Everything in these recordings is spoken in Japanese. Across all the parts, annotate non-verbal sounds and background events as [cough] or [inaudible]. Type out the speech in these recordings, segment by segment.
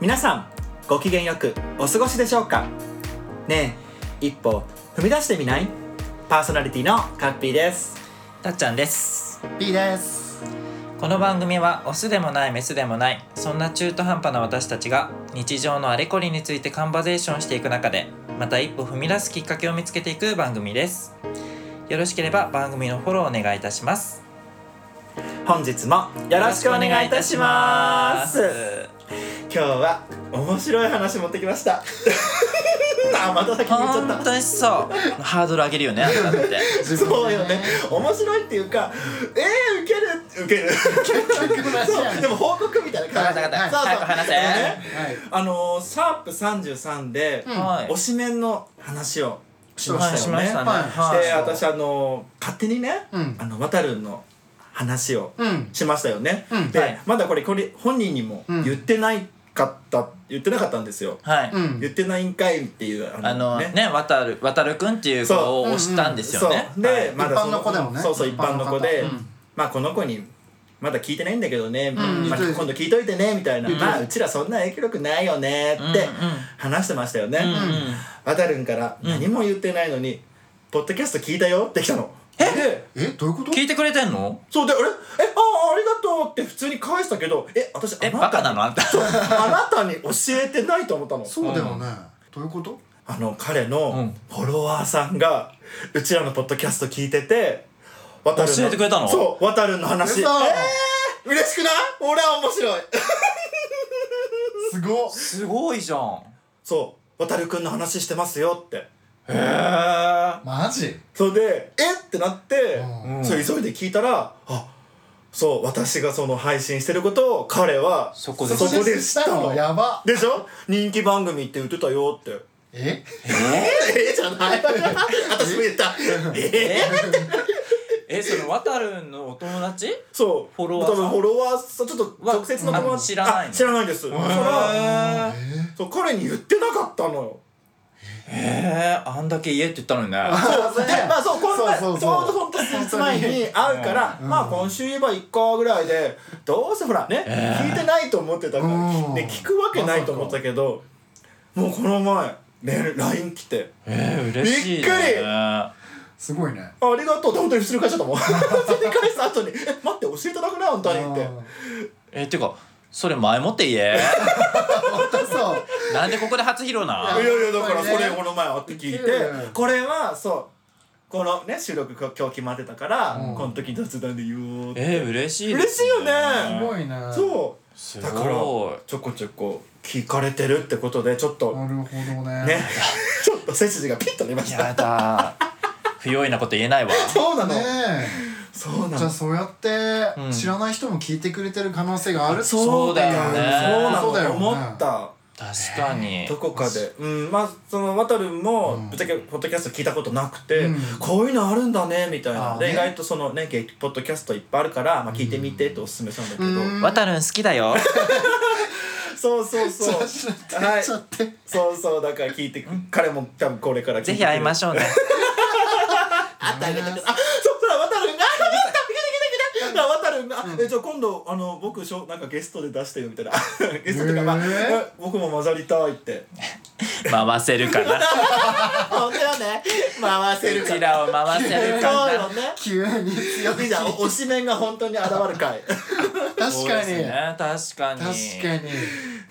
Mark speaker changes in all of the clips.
Speaker 1: 皆さんご機嫌よくお過ごしでしょうかねえ一歩踏み出してみないパーソナリティのカッピーです
Speaker 2: たっちゃんです
Speaker 3: ピーです
Speaker 2: この番組はオスでもないメスでもないそんな中途半端な私たちが日常のあれこれについてカンバゼーションしていく中でまた一歩踏み出すきっかけを見つけていく番組ですよろしければ番組のフォローお願いいたします
Speaker 1: 本日もよろしくお願いいたします
Speaker 2: よろしくお願いいたしま
Speaker 1: 今日は面白い話持ってきました [laughs] あまた先に言っちゃっ
Speaker 2: す
Speaker 1: た
Speaker 2: 本当にそう [laughs] ハードル上げるよねあんたって
Speaker 1: そうよね面白いっていうかえー、ウケるウ [laughs] ケる
Speaker 3: 結局の話
Speaker 1: そ
Speaker 3: やね
Speaker 1: うでも報告みたいな
Speaker 2: わか
Speaker 1: 感
Speaker 2: った
Speaker 1: じ
Speaker 2: わか
Speaker 3: は
Speaker 2: っ
Speaker 3: い
Speaker 2: た早く話せ
Speaker 1: ね
Speaker 3: はい
Speaker 1: あのー、シャープ33で、
Speaker 3: うん
Speaker 2: はい
Speaker 1: 推しメンの話をしま
Speaker 2: はい
Speaker 1: し
Speaker 2: した
Speaker 1: よ
Speaker 2: ま
Speaker 1: ね、
Speaker 2: したね
Speaker 3: はい
Speaker 2: はい
Speaker 1: で私あの勝手にね、
Speaker 3: うん
Speaker 1: あの渡るんの話を
Speaker 3: うん
Speaker 1: しましたよね、
Speaker 3: うん
Speaker 1: で、
Speaker 2: はい
Speaker 1: まだこれこれ本人にも
Speaker 3: うん
Speaker 1: 言ってないかった言ってなかったんですよ、
Speaker 2: はい、
Speaker 3: うん
Speaker 1: 言ってないんかいっていう
Speaker 2: あのね渡る渡るくんっていう子を押したんですよね
Speaker 1: そうで、
Speaker 2: はい
Speaker 1: まだそ
Speaker 3: 一般の子でもね
Speaker 1: そうそう一
Speaker 3: 一般
Speaker 1: 般の
Speaker 3: の方
Speaker 1: 子で、
Speaker 3: うん
Speaker 1: まあこの子にまだ聞いてないんだけどね、
Speaker 3: ん
Speaker 1: まあ、
Speaker 3: 言ってた
Speaker 1: 今度聞いといてねみたいな、
Speaker 3: 言ってた
Speaker 1: まあうちらそんな影響力ないよね
Speaker 2: うんう
Speaker 1: っ
Speaker 2: ん
Speaker 1: て話してましたよね、
Speaker 2: うんうん
Speaker 1: 渡るんから何も言ってないのに、ポッドキャスト聞いたよって来たので
Speaker 3: えどういうこと
Speaker 2: 聞いてくれてんの
Speaker 1: そうであれえああありがとうって普通に返したけどえ私
Speaker 2: え
Speaker 1: あ
Speaker 2: バ
Speaker 1: な
Speaker 2: カ
Speaker 1: た
Speaker 2: な
Speaker 1: に
Speaker 2: のあんた
Speaker 1: あなたに教えてないと思ったの
Speaker 3: そうだよねどういうこと
Speaker 1: あの彼
Speaker 2: うん
Speaker 1: のフォロワーさんがうちらのポッドキャスト聞いてて渡
Speaker 2: 教えてくれたの
Speaker 1: そう渡るの話え
Speaker 3: 嘘
Speaker 1: ー、嬉しくない俺は面白い
Speaker 3: すごっ
Speaker 2: すごいじゃん
Speaker 1: そう渡るくんの話してますよって
Speaker 2: へえ
Speaker 3: マジ
Speaker 1: それでえってなって、
Speaker 3: うん
Speaker 1: それ急いで聞いたらあそう私がその配信してることを彼は
Speaker 2: そこで
Speaker 1: そこで知ったの
Speaker 3: やば
Speaker 1: でしょ人気番組って言ってたよって
Speaker 3: え
Speaker 1: [laughs] ええじゃない [laughs] 私も言 [laughs] ったええ
Speaker 2: [laughs] えその渡るのお友達
Speaker 1: そう
Speaker 2: フォロワーさ
Speaker 1: 多
Speaker 2: ん
Speaker 1: 分フォロワーさんちょっと
Speaker 2: は
Speaker 1: 直接の友
Speaker 2: あ
Speaker 1: 達
Speaker 2: 知らないの
Speaker 1: あ知らないですだから
Speaker 2: へ
Speaker 1: そう彼に言ってなかったのよ
Speaker 2: えあんだけ言えって言った
Speaker 1: [laughs]
Speaker 2: のにね
Speaker 1: でまあそうこんなち
Speaker 3: そ
Speaker 1: ょ
Speaker 3: うそうそう
Speaker 1: うどほんと数日前に会うから
Speaker 3: うん
Speaker 1: まあ今週言えば1個ぐらいでどうせほらね聞いてないと思ってたから
Speaker 3: うん
Speaker 1: で聞くわけないと思ったけどもうこの前ね LINE 来て
Speaker 2: え嬉しいね
Speaker 1: びっくり
Speaker 3: すごいね
Speaker 1: ありがとうって本当に普通に返しちゃったもん [laughs] 普通に返した後に「え待って教えてなくないあんたに」 [laughs] って
Speaker 2: えてかそれ前もって言
Speaker 1: [laughs]
Speaker 2: え
Speaker 3: 本当そう
Speaker 2: なんでここで初披露ない
Speaker 1: やいやだから
Speaker 3: やっぱり
Speaker 1: それ
Speaker 3: ね
Speaker 1: この前会って聞いて
Speaker 3: うん
Speaker 1: これはそうこのね収録今日決まってたから
Speaker 3: うん
Speaker 1: この時雑談で言おうって
Speaker 2: え嬉しいです
Speaker 1: 嬉しいよね
Speaker 3: すごいね
Speaker 1: そう
Speaker 2: す
Speaker 1: だから
Speaker 2: ご
Speaker 1: ちょこちょこ聞かれてるってことでちょっと
Speaker 3: なるほどね
Speaker 1: ね [laughs] ちょっと背筋がピッと出ま
Speaker 2: い
Speaker 1: した
Speaker 2: やだ不用意なこと言えないわ
Speaker 1: そうなの
Speaker 3: ね
Speaker 1: そう
Speaker 3: え
Speaker 1: な
Speaker 3: じゃ
Speaker 1: の
Speaker 3: あそうやって
Speaker 2: うん
Speaker 3: 知らない人も聞いてくれてる可能性がある
Speaker 2: そうだよね
Speaker 1: そう
Speaker 3: そう
Speaker 1: な
Speaker 3: だ
Speaker 1: の
Speaker 3: よね
Speaker 1: 思った
Speaker 2: 確かに
Speaker 1: どこかで、うん、まあその渡るんも
Speaker 3: うん
Speaker 1: ぶっちゃけポッドキャスト聞いたことなくて、
Speaker 3: うん
Speaker 1: こういうのあるんだねみたい
Speaker 3: あ
Speaker 1: な、
Speaker 3: ー
Speaker 1: で
Speaker 3: ね
Speaker 1: 意外とそのねゲイポッドキャストいっぱいあるから、まあ、聞いてみてっておすすめしたんだけど、
Speaker 3: うん
Speaker 2: 渡るん好きだよ
Speaker 1: そうそうそう
Speaker 3: そうしなって
Speaker 1: は
Speaker 3: っ
Speaker 1: い
Speaker 3: ちゃって
Speaker 1: そうそうだから聞いてく彼も多分これから聞いて
Speaker 2: ぜひ会いまし
Speaker 1: [laughs]
Speaker 2: ょうね
Speaker 1: あったあげてくださいあそうそら渡るんがあ来た来た来た来たあ渡るんが、あえじゃあ今度あの僕しょなんかゲストで出してよみたいなゲストとかまあ、
Speaker 3: へー
Speaker 1: え僕も混ざりたいって
Speaker 2: 回せるかな
Speaker 1: 本当よね回せ
Speaker 2: う
Speaker 1: るか
Speaker 2: ち
Speaker 1: ら
Speaker 2: らを回せるか
Speaker 1: そう
Speaker 2: な
Speaker 1: よね
Speaker 3: 急に強
Speaker 1: い
Speaker 3: い
Speaker 1: いじゃん、推しメンが本当に現る回。
Speaker 3: 確か
Speaker 2: 確
Speaker 3: に、
Speaker 2: かに
Speaker 3: 確かに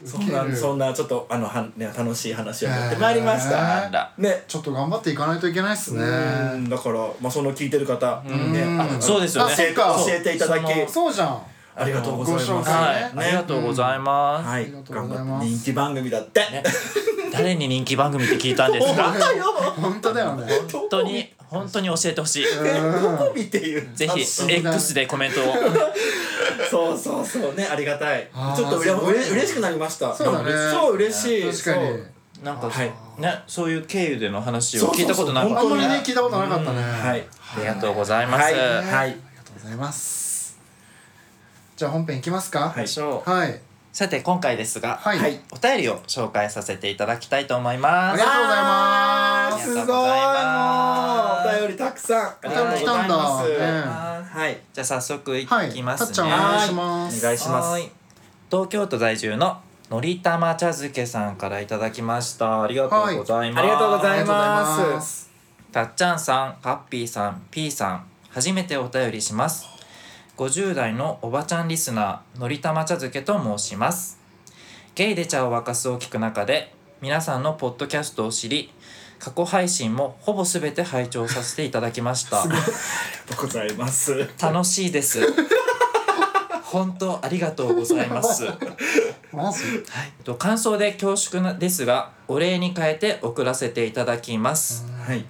Speaker 1: そん
Speaker 3: ウケ
Speaker 1: な、
Speaker 3: る
Speaker 1: そんな、ちょっと、あの、は、ね、楽しい話をやってまいりまし
Speaker 3: へ
Speaker 1: た。
Speaker 2: なんだ
Speaker 1: ね。
Speaker 3: ちょっと頑張っていかないといけないっすね
Speaker 1: うん、だから、まあ、その聞いてる方、ね、
Speaker 3: うん
Speaker 1: あ
Speaker 2: そうですよね
Speaker 1: 教えて、
Speaker 3: あそ
Speaker 1: 教
Speaker 3: っか
Speaker 1: えていただき、
Speaker 2: そ
Speaker 3: そうじゃん
Speaker 1: ありがとうござい
Speaker 3: ご
Speaker 1: ま
Speaker 3: 紹
Speaker 1: す。
Speaker 3: 介
Speaker 2: は
Speaker 3: ね
Speaker 2: い、ありがとうございます、
Speaker 1: は
Speaker 3: あ
Speaker 1: い
Speaker 3: りが、とう
Speaker 1: 頑
Speaker 3: ござ
Speaker 1: 張
Speaker 3: い
Speaker 1: っ
Speaker 3: ま
Speaker 1: て
Speaker 3: す
Speaker 1: 人気番組だって。
Speaker 2: 誰に人気番組って聞いたんですか
Speaker 1: 本当よ。
Speaker 3: 本当だよね
Speaker 1: 本
Speaker 2: 本当に。本当に教えてほしい
Speaker 1: どこ見ていう。
Speaker 2: ぜ
Speaker 1: あ
Speaker 2: ひ X でコメントを
Speaker 1: そうそうそうね、ありがたい
Speaker 3: あ。ー
Speaker 1: ちょっとうれ
Speaker 3: すごい
Speaker 1: 嬉しくなりました。
Speaker 3: そうだね
Speaker 1: そう嬉しい。
Speaker 3: 確か
Speaker 1: そ
Speaker 3: に
Speaker 1: う
Speaker 2: なんか、
Speaker 1: はい
Speaker 2: ねそういう経由での話
Speaker 1: そうそ
Speaker 2: を
Speaker 1: うそう
Speaker 2: 聞いたことなかった
Speaker 3: 本当に
Speaker 1: 本当
Speaker 3: ね
Speaker 1: に
Speaker 3: 聞いたことなかったね
Speaker 1: はい。
Speaker 2: ありがとうございます、
Speaker 1: はい
Speaker 2: は
Speaker 1: はい。
Speaker 3: ありがとうございますじゃあ本編いきますか
Speaker 1: はい
Speaker 2: いしょう
Speaker 3: はい
Speaker 2: さて今回ですが、
Speaker 3: はい
Speaker 1: はい
Speaker 2: お便りを紹介させていただきたいと思いま
Speaker 3: あり
Speaker 2: す
Speaker 3: がとうございます
Speaker 1: すごい
Speaker 2: あ
Speaker 1: もうお
Speaker 2: りがとうございます
Speaker 1: 便りたくさん。あ
Speaker 2: お
Speaker 1: り
Speaker 2: 便
Speaker 1: がとう
Speaker 2: り来
Speaker 1: ござ
Speaker 2: た
Speaker 1: い
Speaker 2: ん
Speaker 3: だ
Speaker 1: ます。
Speaker 2: ね
Speaker 1: はい。
Speaker 2: じゃあ早速い
Speaker 3: はい
Speaker 2: きま
Speaker 3: たっ
Speaker 2: す
Speaker 3: ち
Speaker 2: ね、
Speaker 3: ゃんお願いしま
Speaker 1: お
Speaker 3: す
Speaker 1: 願いしま
Speaker 2: は
Speaker 1: す
Speaker 2: ーい。東京都在住ののりたま茶漬けさんからいただきましたありがとうございます、
Speaker 4: ありがとうござい
Speaker 3: ありがとうございま
Speaker 4: ますす
Speaker 2: たっちゃんさんかっぴーさん P さん初めてお便りします50代のおばちゃんリスナーのりたま茶漬けと申しますゲイで茶を沸かすを聞く中で皆さんのポッドキャストを知り過去配信もほぼ全て拝聴させていただきました
Speaker 1: りがとうございます
Speaker 2: 楽しいです本当ありがとうございます
Speaker 3: マジ
Speaker 2: えっと感想で恐縮なですがお礼に変えて送らせていただきます
Speaker 1: はい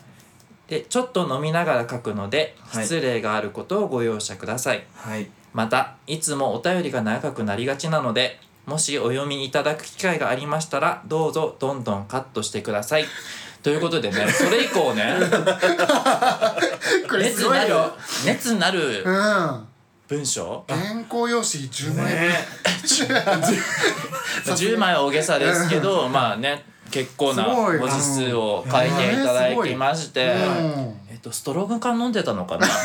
Speaker 2: でちょっと飲みながら書くので
Speaker 1: はい
Speaker 2: 失礼があることをご容赦ください、
Speaker 1: はい
Speaker 2: またいつもお便りが長くなりがちなのでもしお読みいただく機会がありましたらどうぞどんどんカットしてくださいということでね
Speaker 3: [laughs]
Speaker 2: それ以降ね
Speaker 3: これ
Speaker 2: 熱
Speaker 3: す
Speaker 2: に
Speaker 3: ご
Speaker 2: ないる
Speaker 3: よ
Speaker 2: 熱になる
Speaker 3: うん
Speaker 2: 文章
Speaker 3: 原稿用紙10枚分
Speaker 1: ね
Speaker 2: まあ10枚は大げさですけどまあね結構な
Speaker 3: すごい
Speaker 2: 文字数を書いていただきまして、
Speaker 3: うん
Speaker 2: えっとストローグ缶飲んでたのかな
Speaker 3: か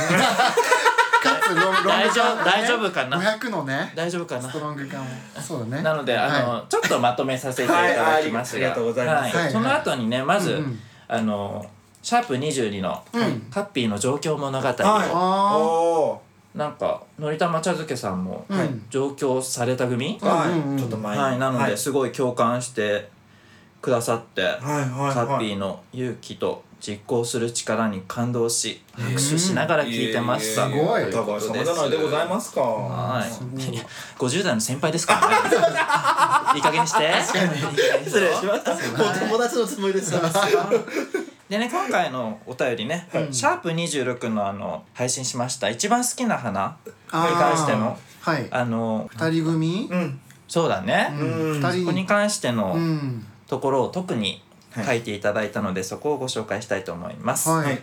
Speaker 3: つロンロング缶
Speaker 2: 大丈夫
Speaker 3: ね
Speaker 2: 大丈夫かな
Speaker 3: 500のね
Speaker 2: 大丈夫かな
Speaker 3: ストロング缶をそうだね
Speaker 2: なのであの、
Speaker 3: は
Speaker 2: ちょっとまとめさせていただきます
Speaker 1: は
Speaker 2: が、
Speaker 1: いありがとうございます
Speaker 3: はいはい
Speaker 2: その後にねまず、
Speaker 3: うんうん
Speaker 2: あのシャープ22の、
Speaker 3: うん
Speaker 2: カッピーの状況物語、
Speaker 1: はい
Speaker 3: あー
Speaker 1: お
Speaker 2: なんかのりたま茶漬けさんも、
Speaker 3: はい
Speaker 2: 上京された組
Speaker 1: ー、、はい、
Speaker 3: うんうんうん
Speaker 1: ちょっと前に
Speaker 2: はい、なの
Speaker 1: はい
Speaker 2: ですごい共感してくださって、
Speaker 1: はいはい
Speaker 2: カッ
Speaker 1: は
Speaker 2: ピ
Speaker 1: い
Speaker 2: ーの勇気と実行する力に感動し拍手しながら聞いてました。
Speaker 3: ええすごい
Speaker 1: お互い様じゃないでございますか
Speaker 2: は。
Speaker 1: はい
Speaker 2: いや50代の先輩ですからね。
Speaker 3: [laughs]
Speaker 2: いい加減にして。
Speaker 1: 失礼しましたもう友達のつもりです
Speaker 2: でね今回のお便りね、シャープ26のあの配信しました一番好きな花に
Speaker 3: あー
Speaker 2: 関しての
Speaker 3: はい
Speaker 2: あの
Speaker 3: 二人組
Speaker 1: うん
Speaker 2: そうだね。
Speaker 3: うん二
Speaker 2: そこに
Speaker 3: 人
Speaker 2: 関しての
Speaker 3: うん
Speaker 2: ところを特に書いていただいたので、そこをご紹介したいと思います。
Speaker 3: はい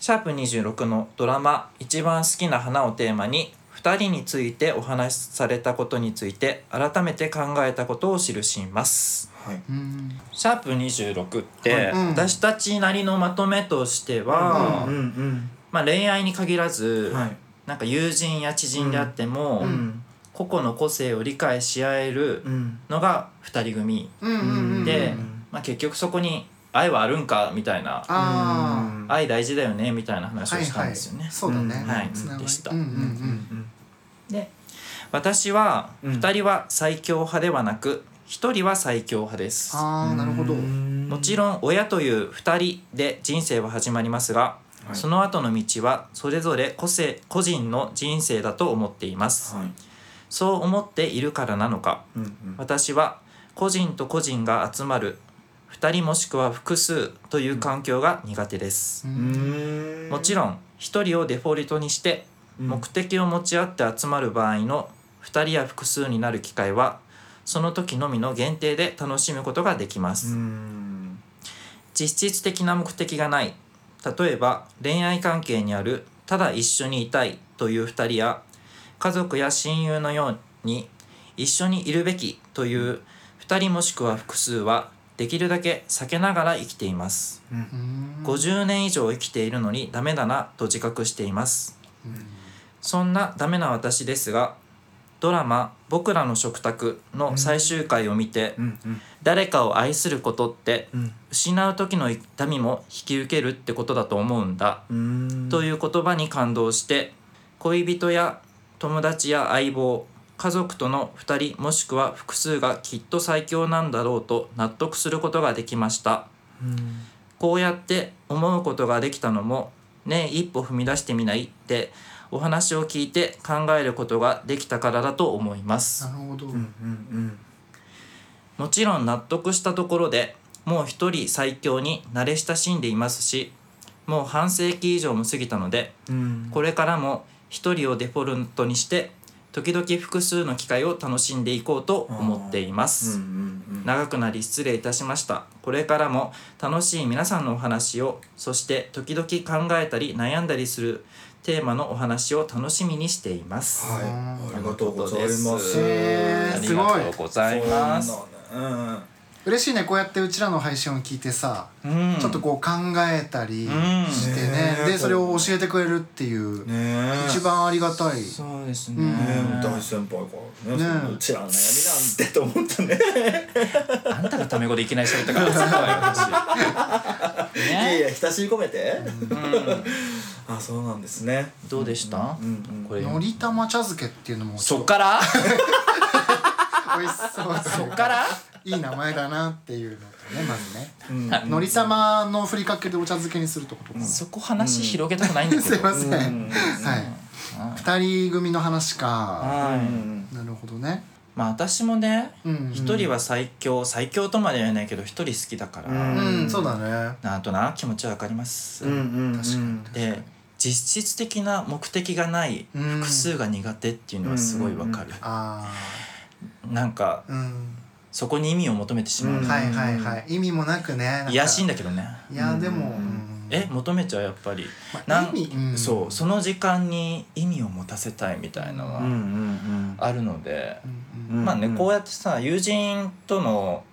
Speaker 2: シャープ26のドラマ「一番好きな花」をテーマに2人についてお話しされたことについて改めて考えたことを記します。
Speaker 1: はい
Speaker 3: うん
Speaker 2: シャープ26って、
Speaker 3: うん
Speaker 2: 私たちなりのまとめとしては、
Speaker 1: うんうん
Speaker 2: まあ、恋愛に限らず、
Speaker 1: はい
Speaker 2: なんか友人や知人であっても、
Speaker 1: うん
Speaker 2: 個々の個性を理解し合える
Speaker 1: うん
Speaker 2: のが2人組、
Speaker 3: うんうんうん
Speaker 2: で、まあ、結局そこに愛はあるんかみたいな
Speaker 3: あー
Speaker 2: 愛大事だよねみたいな話を
Speaker 3: はい
Speaker 2: したん
Speaker 3: は
Speaker 2: で
Speaker 3: い
Speaker 2: すよね。
Speaker 3: そうだね
Speaker 1: うん
Speaker 2: はい
Speaker 3: つながり
Speaker 2: でした
Speaker 3: うんうんう
Speaker 1: うんん
Speaker 2: で私は
Speaker 1: うん
Speaker 2: 2人は最強派ではなく1人は最強派です、
Speaker 3: ああなるほど
Speaker 1: うん
Speaker 2: もちろん親という2人で人生は始まりますが、
Speaker 1: はい
Speaker 2: その後の道はそれぞれ個性個人の人生だと思っています、
Speaker 1: はい
Speaker 2: そう思っているからなのか
Speaker 1: うんうん
Speaker 2: 私は個人と個人が集まる2人もしくは複数という環境が苦手です、
Speaker 1: うん
Speaker 2: もちろん1人をデフォルトにして目的を持ち合って集まる場合の2人や複数になる機会はその時のみの限定で楽しむことができま
Speaker 1: う
Speaker 2: す、
Speaker 1: ん
Speaker 2: 実質的な目的がない例えば恋愛関係にあるただ一緒にいたいという2人や家族や親友のように一緒にいるべきという2人もしくは複数はできるだけ避けながら生きています
Speaker 3: うん
Speaker 2: 50年以上生きているのにダメだなと自覚していますそんなダメな私ですがドラマ「僕らの食卓」の最終回を見て、
Speaker 1: うんうん
Speaker 2: 誰かを愛することって
Speaker 1: うん
Speaker 2: 失う時の痛みも引き受けるってことだと思うんだ、
Speaker 1: うん
Speaker 2: という言葉に感動して恋人や友達や相棒家族との2人もしくは複数がきっと最強なんだろうと納得することができました。
Speaker 1: うん
Speaker 2: こうやって思うことができたのもね一歩踏み出してみないってお話を聞いて考えることができたからだと思います
Speaker 3: なるほど
Speaker 1: うんうん
Speaker 2: もちろん納得したところでもう一人最強に慣れ親しんでいますしもう半世紀以上も過ぎたので
Speaker 1: うん
Speaker 2: これからも一人をデフォルトにして時々複数の機会を楽しんでいこうと思っていま
Speaker 1: う
Speaker 2: す、
Speaker 1: んうん
Speaker 2: 長くなり失礼いたしましたこれからも楽しい皆さんのお話をそして時々考えたり悩んだりするテーマのお話を楽しみにしています、
Speaker 1: はいありがとうございます
Speaker 3: へー
Speaker 2: あり
Speaker 3: すごい
Speaker 2: がとうございます
Speaker 1: そうなんだね
Speaker 3: 嬉しいねこうやってうちらの配信を聞いてさ
Speaker 2: うん
Speaker 3: ちょっとこう考えたりしてね
Speaker 1: うんね
Speaker 3: でそれを教えてくれるっていう
Speaker 1: うんねえ
Speaker 3: 一番ありがたい
Speaker 2: そうですね、
Speaker 3: うん
Speaker 1: ねえ大先輩からね
Speaker 3: ねえ
Speaker 1: そんなうちらの悩みなんてと思ったんね
Speaker 2: あんたがタメ語でいきなり喋ったからさかわい
Speaker 1: [laughs]
Speaker 2: い
Speaker 1: いやい
Speaker 2: ね
Speaker 1: や親しみ込めて、
Speaker 2: うん
Speaker 1: [laughs] あそうなんですね
Speaker 2: どうでした
Speaker 1: う、んうん
Speaker 2: これ
Speaker 3: のり玉茶漬けっていうのも
Speaker 2: そっから
Speaker 3: 美味しそう
Speaker 2: そっから
Speaker 3: いい名前だなっていうのとねまずね
Speaker 1: うん
Speaker 2: はい
Speaker 3: のり玉のふりかけでお茶漬けにするってことかなす
Speaker 2: そこ話広げたくない
Speaker 1: [laughs]
Speaker 2: んだけ
Speaker 3: い
Speaker 2: ど
Speaker 3: ませんは
Speaker 1: うん
Speaker 3: い二人組の話か
Speaker 1: う
Speaker 2: はい
Speaker 1: ん
Speaker 3: なるほどね
Speaker 2: まあ私もね
Speaker 3: うん
Speaker 2: 一人は最強最強とまでは言えないけど一人好きだか
Speaker 1: う
Speaker 3: う
Speaker 2: ら
Speaker 3: んそうだね
Speaker 2: なんとなく気持ちはわかります
Speaker 1: うんうんうん
Speaker 3: 確かに
Speaker 2: で実質的な目的がない
Speaker 3: うん
Speaker 2: 複数が苦手っていうのはすごいわかる
Speaker 3: あ
Speaker 2: なんか
Speaker 3: あうん
Speaker 2: そこに意味を求めてしまう
Speaker 1: うん
Speaker 3: はいはいはい意味もなくねなんか
Speaker 2: 癒やしいんだけどね
Speaker 3: いやでも
Speaker 1: うん
Speaker 3: うん
Speaker 2: え求めちゃうやっぱり
Speaker 3: ま
Speaker 2: な
Speaker 3: あ
Speaker 2: ん
Speaker 3: 意味うん
Speaker 2: そうその時間に意味を持たせたいみたいなの
Speaker 1: うんう
Speaker 2: は
Speaker 1: ん
Speaker 2: あるので
Speaker 3: う、ん
Speaker 1: うん
Speaker 2: まあねこうやってさ友人との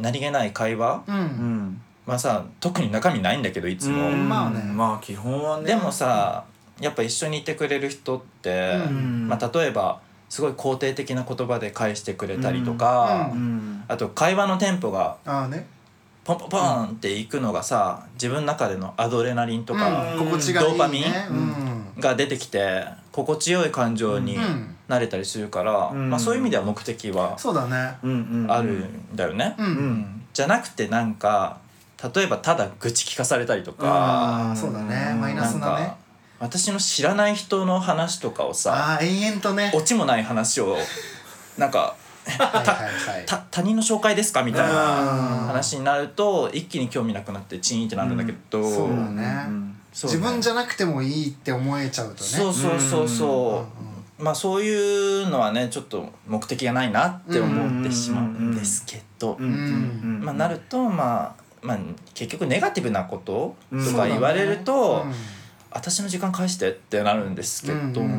Speaker 2: 何気ない会話
Speaker 3: うんう
Speaker 1: うんん
Speaker 2: まあさ特に中身ないんだけどいつも、
Speaker 1: うん
Speaker 3: まあね
Speaker 1: まあ基本はね
Speaker 2: でもさやっぱ一緒にいてくれる人って、
Speaker 1: うん
Speaker 2: まあ、例えばすごい肯定的な言葉で返してくれたりとか、
Speaker 3: うん
Speaker 1: うん
Speaker 2: あと会話のテンポが
Speaker 3: ああね
Speaker 2: ポンポンポンっていくのがさ自分の中でのアドレナリンと
Speaker 3: う
Speaker 2: か
Speaker 3: ん心地がいい
Speaker 2: ド
Speaker 3: ね
Speaker 2: ーパミン
Speaker 3: うん
Speaker 2: が出てきて心地よい感情に
Speaker 3: うん
Speaker 2: なれたりするから、
Speaker 1: うん
Speaker 2: まあ、そういう意味では目的は
Speaker 3: そうだね
Speaker 1: うんうんうん
Speaker 2: あるんだよね。
Speaker 3: うん
Speaker 1: うん
Speaker 2: じゃなくてなんか例えばただ愚痴聞かされたりとか
Speaker 3: あーそうだねマイナ
Speaker 2: な
Speaker 3: ス
Speaker 2: ん
Speaker 3: なね
Speaker 2: か私の知らない人の話とかをさ
Speaker 3: ああ延々とね
Speaker 2: オチもない話
Speaker 3: [laughs]
Speaker 2: をなんか
Speaker 3: はいはいはい
Speaker 2: た他人の紹介ですかみたいな
Speaker 3: うん
Speaker 2: 話になると一気に興味なくなってチーンってなるんだけど、
Speaker 3: んそうだ
Speaker 1: うんうん
Speaker 2: そうね
Speaker 3: 自分じゃなくてもいいって思えちゃうとね
Speaker 2: そうそうそうそう、まあそういうのはねちょっと目的がないなって思ってしまうんですけど、
Speaker 1: うんうんうん
Speaker 2: まあ、なるとまあまあ、結局ネガティブなこと
Speaker 1: うん
Speaker 2: とか言われると、
Speaker 3: うん
Speaker 2: 私の時間返してってなるんですけど、
Speaker 3: うんうんうん
Speaker 1: う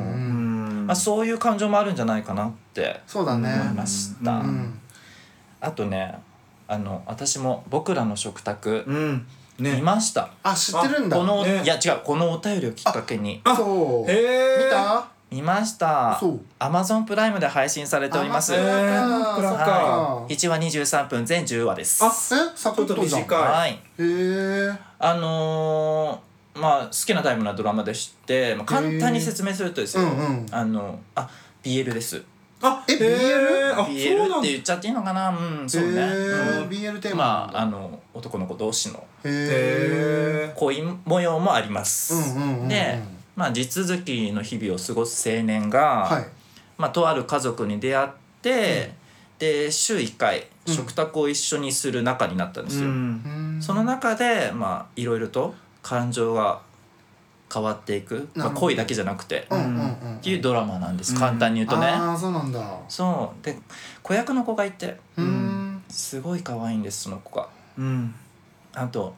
Speaker 1: ん
Speaker 2: まあ、そういう感情もあるんじゃないかなって
Speaker 3: そうだね
Speaker 2: 思いました、
Speaker 1: う
Speaker 3: うん
Speaker 2: あとねあの私も「僕らの食卓
Speaker 1: う」ん
Speaker 2: 見
Speaker 1: ね
Speaker 2: ました、
Speaker 3: あ知ってるんだ
Speaker 2: この、
Speaker 1: ね
Speaker 2: いや違うこのお便りをきっかけに
Speaker 3: そう見
Speaker 1: え
Speaker 3: た
Speaker 2: 見ました
Speaker 3: そう
Speaker 2: アマゾンプライムで配信されております、
Speaker 3: あ
Speaker 1: え
Speaker 3: え
Speaker 1: ー、プラ
Speaker 2: は
Speaker 1: か
Speaker 3: あ
Speaker 2: い、1話23分全10話です
Speaker 1: あ
Speaker 3: えサ
Speaker 1: ち
Speaker 3: ク
Speaker 1: ょっ
Speaker 3: ッ
Speaker 1: と
Speaker 3: とじゃんへ
Speaker 1: 短い
Speaker 2: はい
Speaker 3: え
Speaker 2: あのーまあ好きなタイプなドラマでして、まあ、簡単に説明するとですよ、
Speaker 3: うんうん
Speaker 2: あのあ BL です
Speaker 1: あ
Speaker 3: え BL？
Speaker 1: あそう
Speaker 2: BL
Speaker 1: な
Speaker 2: っ
Speaker 1: んだ
Speaker 2: て言っちゃっていいのかなうんそうね、
Speaker 3: へえ
Speaker 2: うん
Speaker 3: BL テーマ
Speaker 2: まああ
Speaker 3: へ
Speaker 2: の男の子同士の
Speaker 3: え
Speaker 2: 恋模様もありま
Speaker 3: うん
Speaker 2: す、
Speaker 3: うんうんうん
Speaker 2: で、まあ、地続きの日々を過ごす青年が、
Speaker 3: はい
Speaker 2: まあ、とある家族に出会って、で週1回
Speaker 3: うん
Speaker 2: 食卓を一緒にする仲になったんですよ、
Speaker 1: ん
Speaker 3: うん
Speaker 2: その中でまあいろいろと感情が変わっていく、ま
Speaker 3: なる
Speaker 2: あ、
Speaker 3: ほど
Speaker 2: 恋だけじゃなくて
Speaker 3: うんうんうん
Speaker 2: っていう
Speaker 3: う
Speaker 2: ドラマなんです、
Speaker 1: うん
Speaker 2: 簡単に言うとね、
Speaker 3: ああそうなんだ
Speaker 2: そうで子役の子がいて
Speaker 3: うん
Speaker 2: すごい可愛いんですその子が
Speaker 1: うん
Speaker 2: あと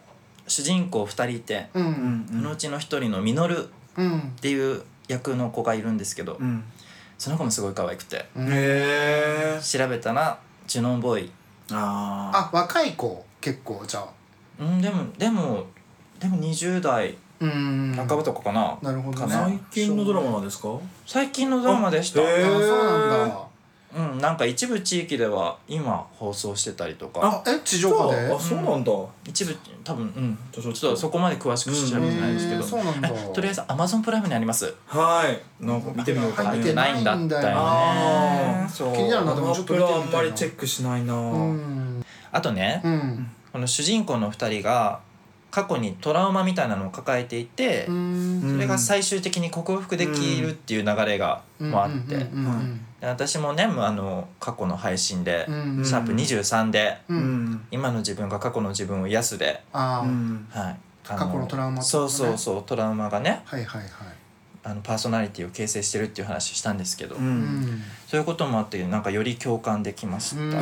Speaker 2: 主人公2人いて、
Speaker 3: うんう
Speaker 1: うんん
Speaker 2: そのうちの1人のミノルっ
Speaker 3: うん
Speaker 2: ていう役の子がいるんですけど、
Speaker 1: うん
Speaker 2: その子もすごい可愛くて
Speaker 1: へえ
Speaker 2: 調べたらジュノンボーイ
Speaker 1: あ
Speaker 3: あ若い子結構じゃあ
Speaker 2: うんでもでもでも20代
Speaker 3: うん
Speaker 2: 半ばとかかな、
Speaker 3: なるほど
Speaker 1: あ
Speaker 3: ね
Speaker 1: 最近のドラマなんですか
Speaker 2: 最近のドラマでした
Speaker 1: あへ
Speaker 3: あ
Speaker 1: え
Speaker 3: そうなんだ
Speaker 2: うん、なんか一部地域では今放送してたりとか
Speaker 3: あえ地上波で
Speaker 1: あそうなんだ
Speaker 2: 一部多分うん
Speaker 1: ちょちょ
Speaker 2: ちょっとそこまで詳しく調べてないんですけ
Speaker 3: へー
Speaker 2: ど、
Speaker 3: そうなんだ
Speaker 2: とりあえず Amazon プライムにあります
Speaker 1: はいなんか見てみようか
Speaker 3: あ
Speaker 1: な
Speaker 3: 見て
Speaker 2: ないんだった
Speaker 1: あ
Speaker 2: よね
Speaker 1: ー
Speaker 2: そう
Speaker 3: 気になる
Speaker 1: ア
Speaker 3: な
Speaker 1: マプラあんまりチェックしないな
Speaker 3: うん
Speaker 2: あとね、
Speaker 3: うん
Speaker 2: この主人公の2人が過去にトラウマみたいなのを抱えていて、
Speaker 3: うん
Speaker 2: それが最終的に克服できるっていう流れがもあって、
Speaker 3: うんうんうん
Speaker 2: で私もねあの過去の配信で
Speaker 3: うん
Speaker 2: 「
Speaker 3: うん
Speaker 2: シャープ #23」で
Speaker 3: う
Speaker 1: うんん
Speaker 2: 今の自分が過去の自分を癒すで、
Speaker 3: あ
Speaker 1: う
Speaker 3: ー
Speaker 1: ん
Speaker 2: はい、あ
Speaker 3: 過去のトラウマってこと
Speaker 2: そう
Speaker 3: ね
Speaker 2: そうそうトラウマがね
Speaker 3: はいはいはい
Speaker 2: あのパーソナリティを形成してるっていう話したんですけど、
Speaker 1: う
Speaker 3: うんん
Speaker 2: そういうこともあってなんかより共感できました、
Speaker 3: うん
Speaker 1: へ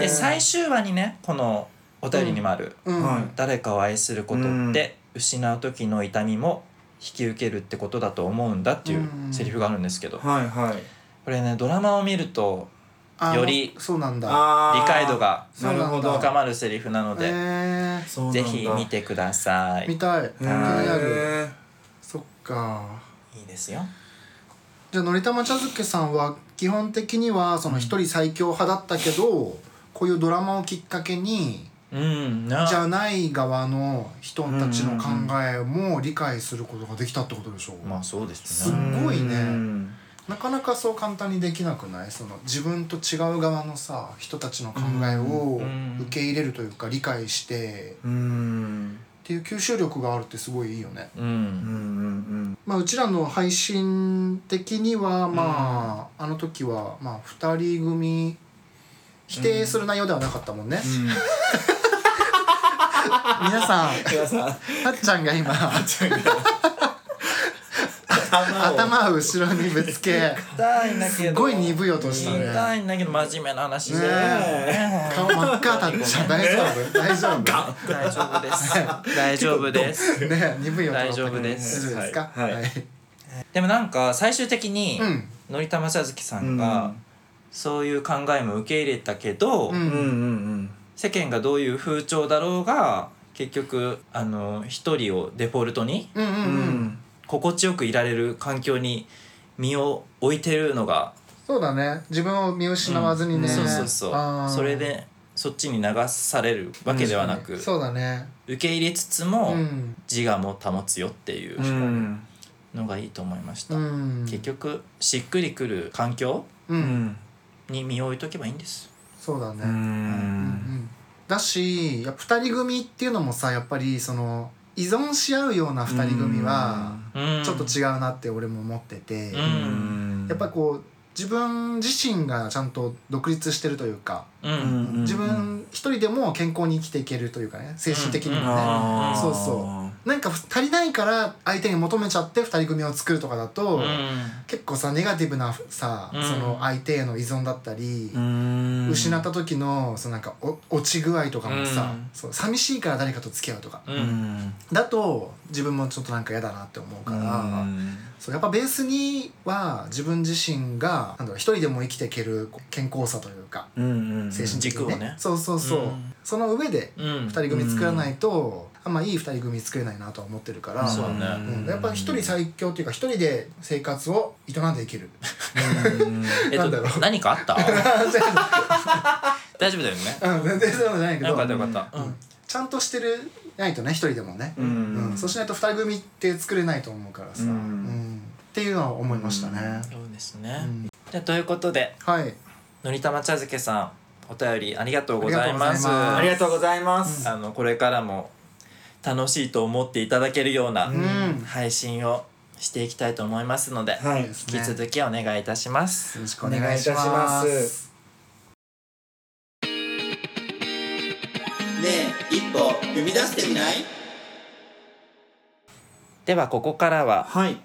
Speaker 1: ー
Speaker 2: で最終話にねこのお便りにもある、
Speaker 3: うん
Speaker 1: はい
Speaker 2: 誰かを愛することって失う時の痛みも引き受けるってことだと思うんだっていううんセリフがあるんですけど、こ
Speaker 1: はいはい
Speaker 2: れねドラマを見ると
Speaker 3: あー
Speaker 2: より
Speaker 3: そうなんだ
Speaker 1: あー
Speaker 2: 理解度が
Speaker 1: なるほ
Speaker 3: そうなん
Speaker 1: ど
Speaker 3: だ
Speaker 2: 深まるセリフなの
Speaker 3: え
Speaker 2: で、
Speaker 3: ー
Speaker 1: そうなんだ
Speaker 2: ぜひ見てください
Speaker 3: 見たい気
Speaker 1: へ
Speaker 3: になる
Speaker 1: ー
Speaker 3: そっか
Speaker 2: いいですよ
Speaker 3: じゃあのりたま茶漬けさんは基本的にはその一人最強派だったけど、こういうドラマをきっかけに
Speaker 2: うんな
Speaker 3: じゃない側の人たちの考えも理解することができたってことでしょう、
Speaker 2: まあそうです
Speaker 3: す
Speaker 2: ね
Speaker 3: ごいね
Speaker 1: うん
Speaker 3: なかなかそう簡単にできなくないその自分と違う側のさ人たちの考えを
Speaker 2: うん
Speaker 3: 受け入れるというか理解して
Speaker 1: うんうん
Speaker 3: っていう吸収力があるってすごいいいよね。
Speaker 2: う
Speaker 1: うん
Speaker 2: ん
Speaker 1: うん
Speaker 3: まあ、うちらの配信的にはまあ、あの時はまあ2人組否定する内容ではなかったもんね、 [laughs] 皆さん
Speaker 1: 皆さん
Speaker 3: あっちゃんが今
Speaker 1: 頭を
Speaker 3: 頭を後ろにぶ
Speaker 2: [laughs]
Speaker 3: つけ
Speaker 2: 痛いんだけど
Speaker 3: すごい鈍い音したね
Speaker 2: 痛いんだけど真面目な話で、
Speaker 3: ね顔真っ赤だったじゃん大丈夫大丈夫
Speaker 2: 大丈夫です大丈夫です
Speaker 3: ね鈍い音だったけど
Speaker 2: 大丈夫です
Speaker 3: 大丈夫ですか
Speaker 1: はい
Speaker 3: はい、
Speaker 2: でもなんか最終的に
Speaker 3: うん
Speaker 2: のりたまさずきさ
Speaker 1: うんん
Speaker 2: がそういう考えも受け入れたけど、
Speaker 3: う
Speaker 1: うんう
Speaker 3: ん
Speaker 1: んうん
Speaker 2: 世間がどういう風潮だろうが結局あの一人をデフォルトに
Speaker 3: うんうん
Speaker 1: う
Speaker 3: うん
Speaker 1: ん
Speaker 2: 心地よくいられる環境に身を置いてるのが、
Speaker 3: そうだね自分を見失わずにね、
Speaker 1: うん
Speaker 2: そうそうそ
Speaker 3: あ
Speaker 2: う
Speaker 3: ー
Speaker 2: それでそっちに流されるわけではなく、
Speaker 3: そうだね
Speaker 2: 受け入れつつ
Speaker 3: う
Speaker 2: も、
Speaker 3: ん
Speaker 2: 自我も保つよっていう
Speaker 1: うんうん
Speaker 2: のがいいと思いました、
Speaker 3: うん
Speaker 2: 結局しっくりくる環境
Speaker 3: う
Speaker 1: うんん
Speaker 2: に身を置いとけばいいんです
Speaker 3: そうだね、
Speaker 1: う
Speaker 3: うんうんんだしや2人組っていうのもさやっぱりその依存し合うような2人組は
Speaker 2: うん
Speaker 3: ちょっと違うなって俺も思ってて、
Speaker 2: うん
Speaker 1: うん
Speaker 3: やっぱこう自分自身がちゃんと独立してるというか、
Speaker 2: うん
Speaker 1: うんうんうん
Speaker 3: 自分一人でも健康に生きていけるというかね精神的にもね、
Speaker 1: あー
Speaker 3: そうそなんか足りないから相手に求めちゃって2人組を作るとかだと、
Speaker 2: う
Speaker 3: 結構さネガティブなさ、
Speaker 2: うん
Speaker 3: その相手への依存だったり、
Speaker 1: うん
Speaker 3: 失った時のそのなんかお落ち具合とかもさ、
Speaker 2: うん
Speaker 3: そう寂しいから誰かと付き合うとか
Speaker 2: ん
Speaker 1: う
Speaker 2: うん
Speaker 1: ん
Speaker 3: だと自分もちょっとなんか嫌だなって思うから、
Speaker 1: うん
Speaker 3: そうやっぱベースには自分自身がなんだろう一人でも生きていけるこう健康さというか
Speaker 1: うんうん
Speaker 3: 精神的にね,、
Speaker 2: 軸をね
Speaker 3: そうそうそう、
Speaker 2: うん
Speaker 3: その上で
Speaker 2: うん
Speaker 3: 2人組作らないと、あんまいい2人組作れないなとは思ってるから。
Speaker 2: そうね
Speaker 3: うんやっぱ一人最強っていうか一人で生活を営んでいける
Speaker 2: えっ
Speaker 3: な
Speaker 2: と
Speaker 3: んだろう
Speaker 2: 何かあ
Speaker 3: [laughs]
Speaker 2: った大丈夫だよね
Speaker 3: うん全然そうじゃないけど
Speaker 2: よかったよかったうん
Speaker 3: ちゃんとしてるないとね一人でもね、
Speaker 1: うん
Speaker 3: うんそうしないと二人組って作れないと思うからさ、
Speaker 1: うん
Speaker 3: うんっていうのは思いましたね、
Speaker 2: そうです
Speaker 3: う
Speaker 2: ね
Speaker 3: ん
Speaker 2: じゃあということで
Speaker 3: はい
Speaker 2: のりたま茶漬けさんお便りありがとうございます
Speaker 3: あ
Speaker 1: あ
Speaker 3: り
Speaker 1: り
Speaker 3: が
Speaker 1: がとうございます
Speaker 2: あのこれからも楽しいと思っていただけるような
Speaker 3: うん
Speaker 2: 配信をしていきたいと思いますので、
Speaker 1: はい
Speaker 3: ですね
Speaker 2: 引き続きお願いいたします。
Speaker 3: よろしく
Speaker 1: お
Speaker 3: お
Speaker 1: 願
Speaker 3: 願
Speaker 1: いいた
Speaker 3: い
Speaker 1: し
Speaker 3: しま
Speaker 1: ますす
Speaker 4: ねえ一歩踏み出してみない
Speaker 2: ではここからは
Speaker 1: はい。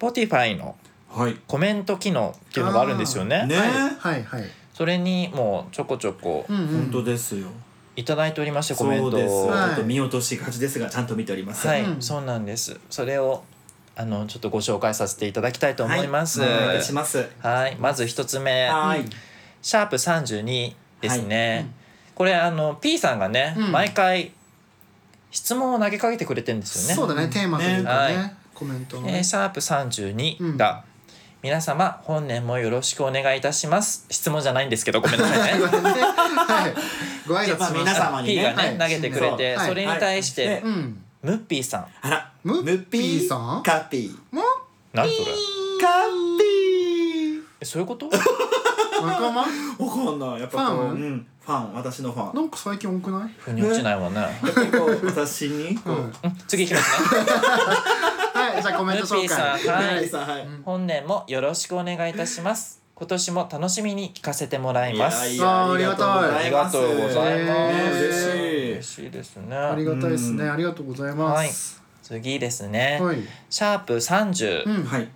Speaker 2: Spotify の
Speaker 1: はい。
Speaker 2: コメント機能っていうのがあるんですよね。
Speaker 1: ね
Speaker 3: はいはい、
Speaker 2: それにもうちょこちょこ
Speaker 3: うんうん、
Speaker 1: 本当ですよ。
Speaker 2: いただいておりましてコメン
Speaker 1: そう
Speaker 2: ト
Speaker 1: です。
Speaker 2: を。
Speaker 3: はい
Speaker 2: は
Speaker 1: ちょっと見落としがちですが、ちゃんと見ております。
Speaker 2: い、
Speaker 3: うん
Speaker 2: そうなんです。それをあのちょっとご紹介させていただきたいと思います。
Speaker 1: はいお願いいたし
Speaker 2: は
Speaker 1: ます。
Speaker 2: い、まず一つ目、
Speaker 1: はい。
Speaker 2: シャープ三十二ですね。
Speaker 3: いうん
Speaker 2: これあの P さんがね、
Speaker 3: うん
Speaker 2: 毎回質問を投げかけてくれてるんですよね。
Speaker 3: そうだねテーマというかね
Speaker 2: ねは
Speaker 3: コメントの
Speaker 2: え
Speaker 3: ね
Speaker 2: ー、シャープ32が、皆様本年もよろしくお願いいたします質問じゃないんですけどごめんなさいね
Speaker 3: はいご挨
Speaker 1: やっぱ
Speaker 3: 拶しま
Speaker 1: 皆
Speaker 3: した
Speaker 1: 様にね
Speaker 2: P がね、
Speaker 3: はい
Speaker 2: 投げてくれてそ,、
Speaker 3: そう
Speaker 2: れに対して、
Speaker 1: はい
Speaker 3: うん
Speaker 2: ムッピーさん
Speaker 1: あら、
Speaker 3: むっぴーさん
Speaker 1: カピー。
Speaker 3: も
Speaker 2: 何それ
Speaker 1: カピ
Speaker 2: えそういうこと
Speaker 3: 仲間
Speaker 1: ー。わかんない。やっぱこう、
Speaker 3: ファン
Speaker 1: うん、ファン、私のファン。
Speaker 3: なんか最近多くない
Speaker 2: 腑に落ちないわね
Speaker 3: [laughs]
Speaker 1: やっぱこう、私に。こう
Speaker 3: う
Speaker 2: う
Speaker 3: ん
Speaker 2: ん次いきますね
Speaker 3: はいじゃあコメント紹
Speaker 2: むっぴー
Speaker 3: 介
Speaker 2: さんはい
Speaker 1: カピーさん、はい。
Speaker 2: 本年もよろしくお願いいたします今年も楽しみに聞かせてもらいます
Speaker 1: い
Speaker 3: やあーありがたい
Speaker 2: ありがとうございます、
Speaker 3: ね
Speaker 1: 嬉
Speaker 2: 嬉しいです
Speaker 3: あり
Speaker 2: ね
Speaker 3: がたいですね
Speaker 1: うん
Speaker 3: ありがとうございます
Speaker 2: 次ですね、
Speaker 3: はい
Speaker 2: シャープ30、
Speaker 3: うん
Speaker 1: はい。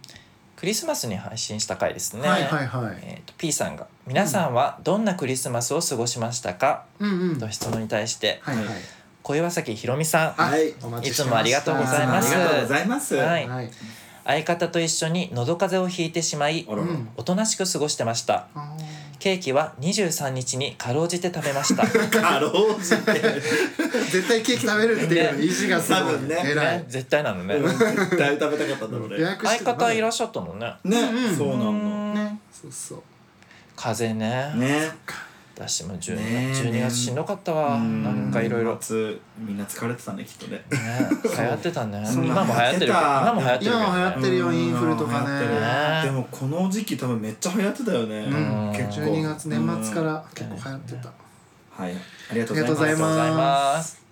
Speaker 2: クリスマスに配信した回ですね、
Speaker 3: はいはいはい
Speaker 2: えー、と P さんが「皆さんはどんなクリスマスを過ごしましたか?
Speaker 3: うんうん」
Speaker 2: と質問に対して
Speaker 3: はいはい
Speaker 2: 小岩崎ひろみさん
Speaker 1: あはい
Speaker 3: お待
Speaker 2: い
Speaker 3: ちして
Speaker 2: つ
Speaker 3: ました
Speaker 2: もありがとうございます
Speaker 1: ありがとうございます。
Speaker 2: は
Speaker 1: はいい。
Speaker 3: はい
Speaker 2: 相方と一緒にのど風邪をひいてしまい
Speaker 1: あら
Speaker 3: う
Speaker 1: ら。
Speaker 3: ん
Speaker 2: おとなしく過ごしてました
Speaker 3: あー
Speaker 2: ケーキは23日にかろうじて食べました
Speaker 1: かろうじて。
Speaker 3: 絶対ケーキ食べるっていう意地がすごい
Speaker 1: 多分ね
Speaker 3: 偉
Speaker 2: ね
Speaker 3: い
Speaker 2: 絶対なのね
Speaker 1: うん絶対食べたかったんだろう
Speaker 3: 予
Speaker 1: ね。
Speaker 3: 約し
Speaker 2: 相
Speaker 3: て
Speaker 2: 方いら
Speaker 3: っ
Speaker 2: っしゃったのね
Speaker 1: ね
Speaker 3: う、ん
Speaker 1: そうなの。
Speaker 3: ねそうそう
Speaker 2: 風邪ね
Speaker 1: ね
Speaker 2: 私も 12,、
Speaker 1: ねえ
Speaker 2: 12月しんどかったわ
Speaker 1: うん
Speaker 2: なんかいろいろ
Speaker 1: 夏みんな疲れてたねきっとね
Speaker 2: ね流行ってたね
Speaker 1: そう
Speaker 2: 今も流行ってるけど
Speaker 1: 流行ってた
Speaker 2: 今も流行ってるけどね
Speaker 3: 今も流行ってるよ
Speaker 1: うん
Speaker 3: インフルとかね
Speaker 1: 流行ってる
Speaker 2: ね
Speaker 1: でもこの時期多分めっちゃ流行ってたよね、
Speaker 3: うん
Speaker 1: 結構
Speaker 3: 12月年末か
Speaker 1: うん
Speaker 3: ら結構流行ってた
Speaker 1: はいありがとうございます
Speaker 3: ありがとうござい
Speaker 2: ありがとうござい
Speaker 3: ま
Speaker 2: ます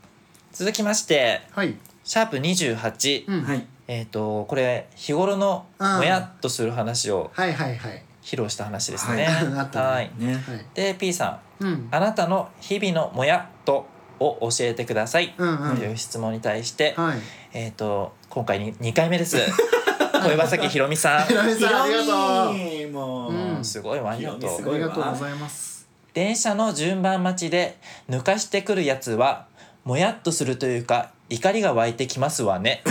Speaker 2: 続きまして
Speaker 3: はい
Speaker 2: シャープ28、
Speaker 3: うん
Speaker 1: は
Speaker 3: はい
Speaker 1: い
Speaker 2: えっ、とこれ日頃の
Speaker 3: うん
Speaker 2: もやっとする話を
Speaker 3: はいはいはい
Speaker 2: 披露した話ですね。
Speaker 3: はいあったね
Speaker 2: はい
Speaker 1: ね
Speaker 2: で P さ
Speaker 3: うん
Speaker 2: ん「あなたの日々のもやっと」を教えてください、
Speaker 3: うんうん
Speaker 2: という質問に対して、
Speaker 3: はい
Speaker 2: えっ、と今回に2回目です
Speaker 3: [laughs]
Speaker 2: 小岩崎ひろみさん
Speaker 3: ひろみさんありがとう
Speaker 1: とうもう、
Speaker 2: [laughs]
Speaker 3: うん
Speaker 2: すごいわありが
Speaker 1: ひろみすご
Speaker 2: とう
Speaker 1: い
Speaker 3: ありがとうございます
Speaker 2: 電車の順番待ちで抜かしてくるやつはもやっとするというか怒りが湧いてきますわね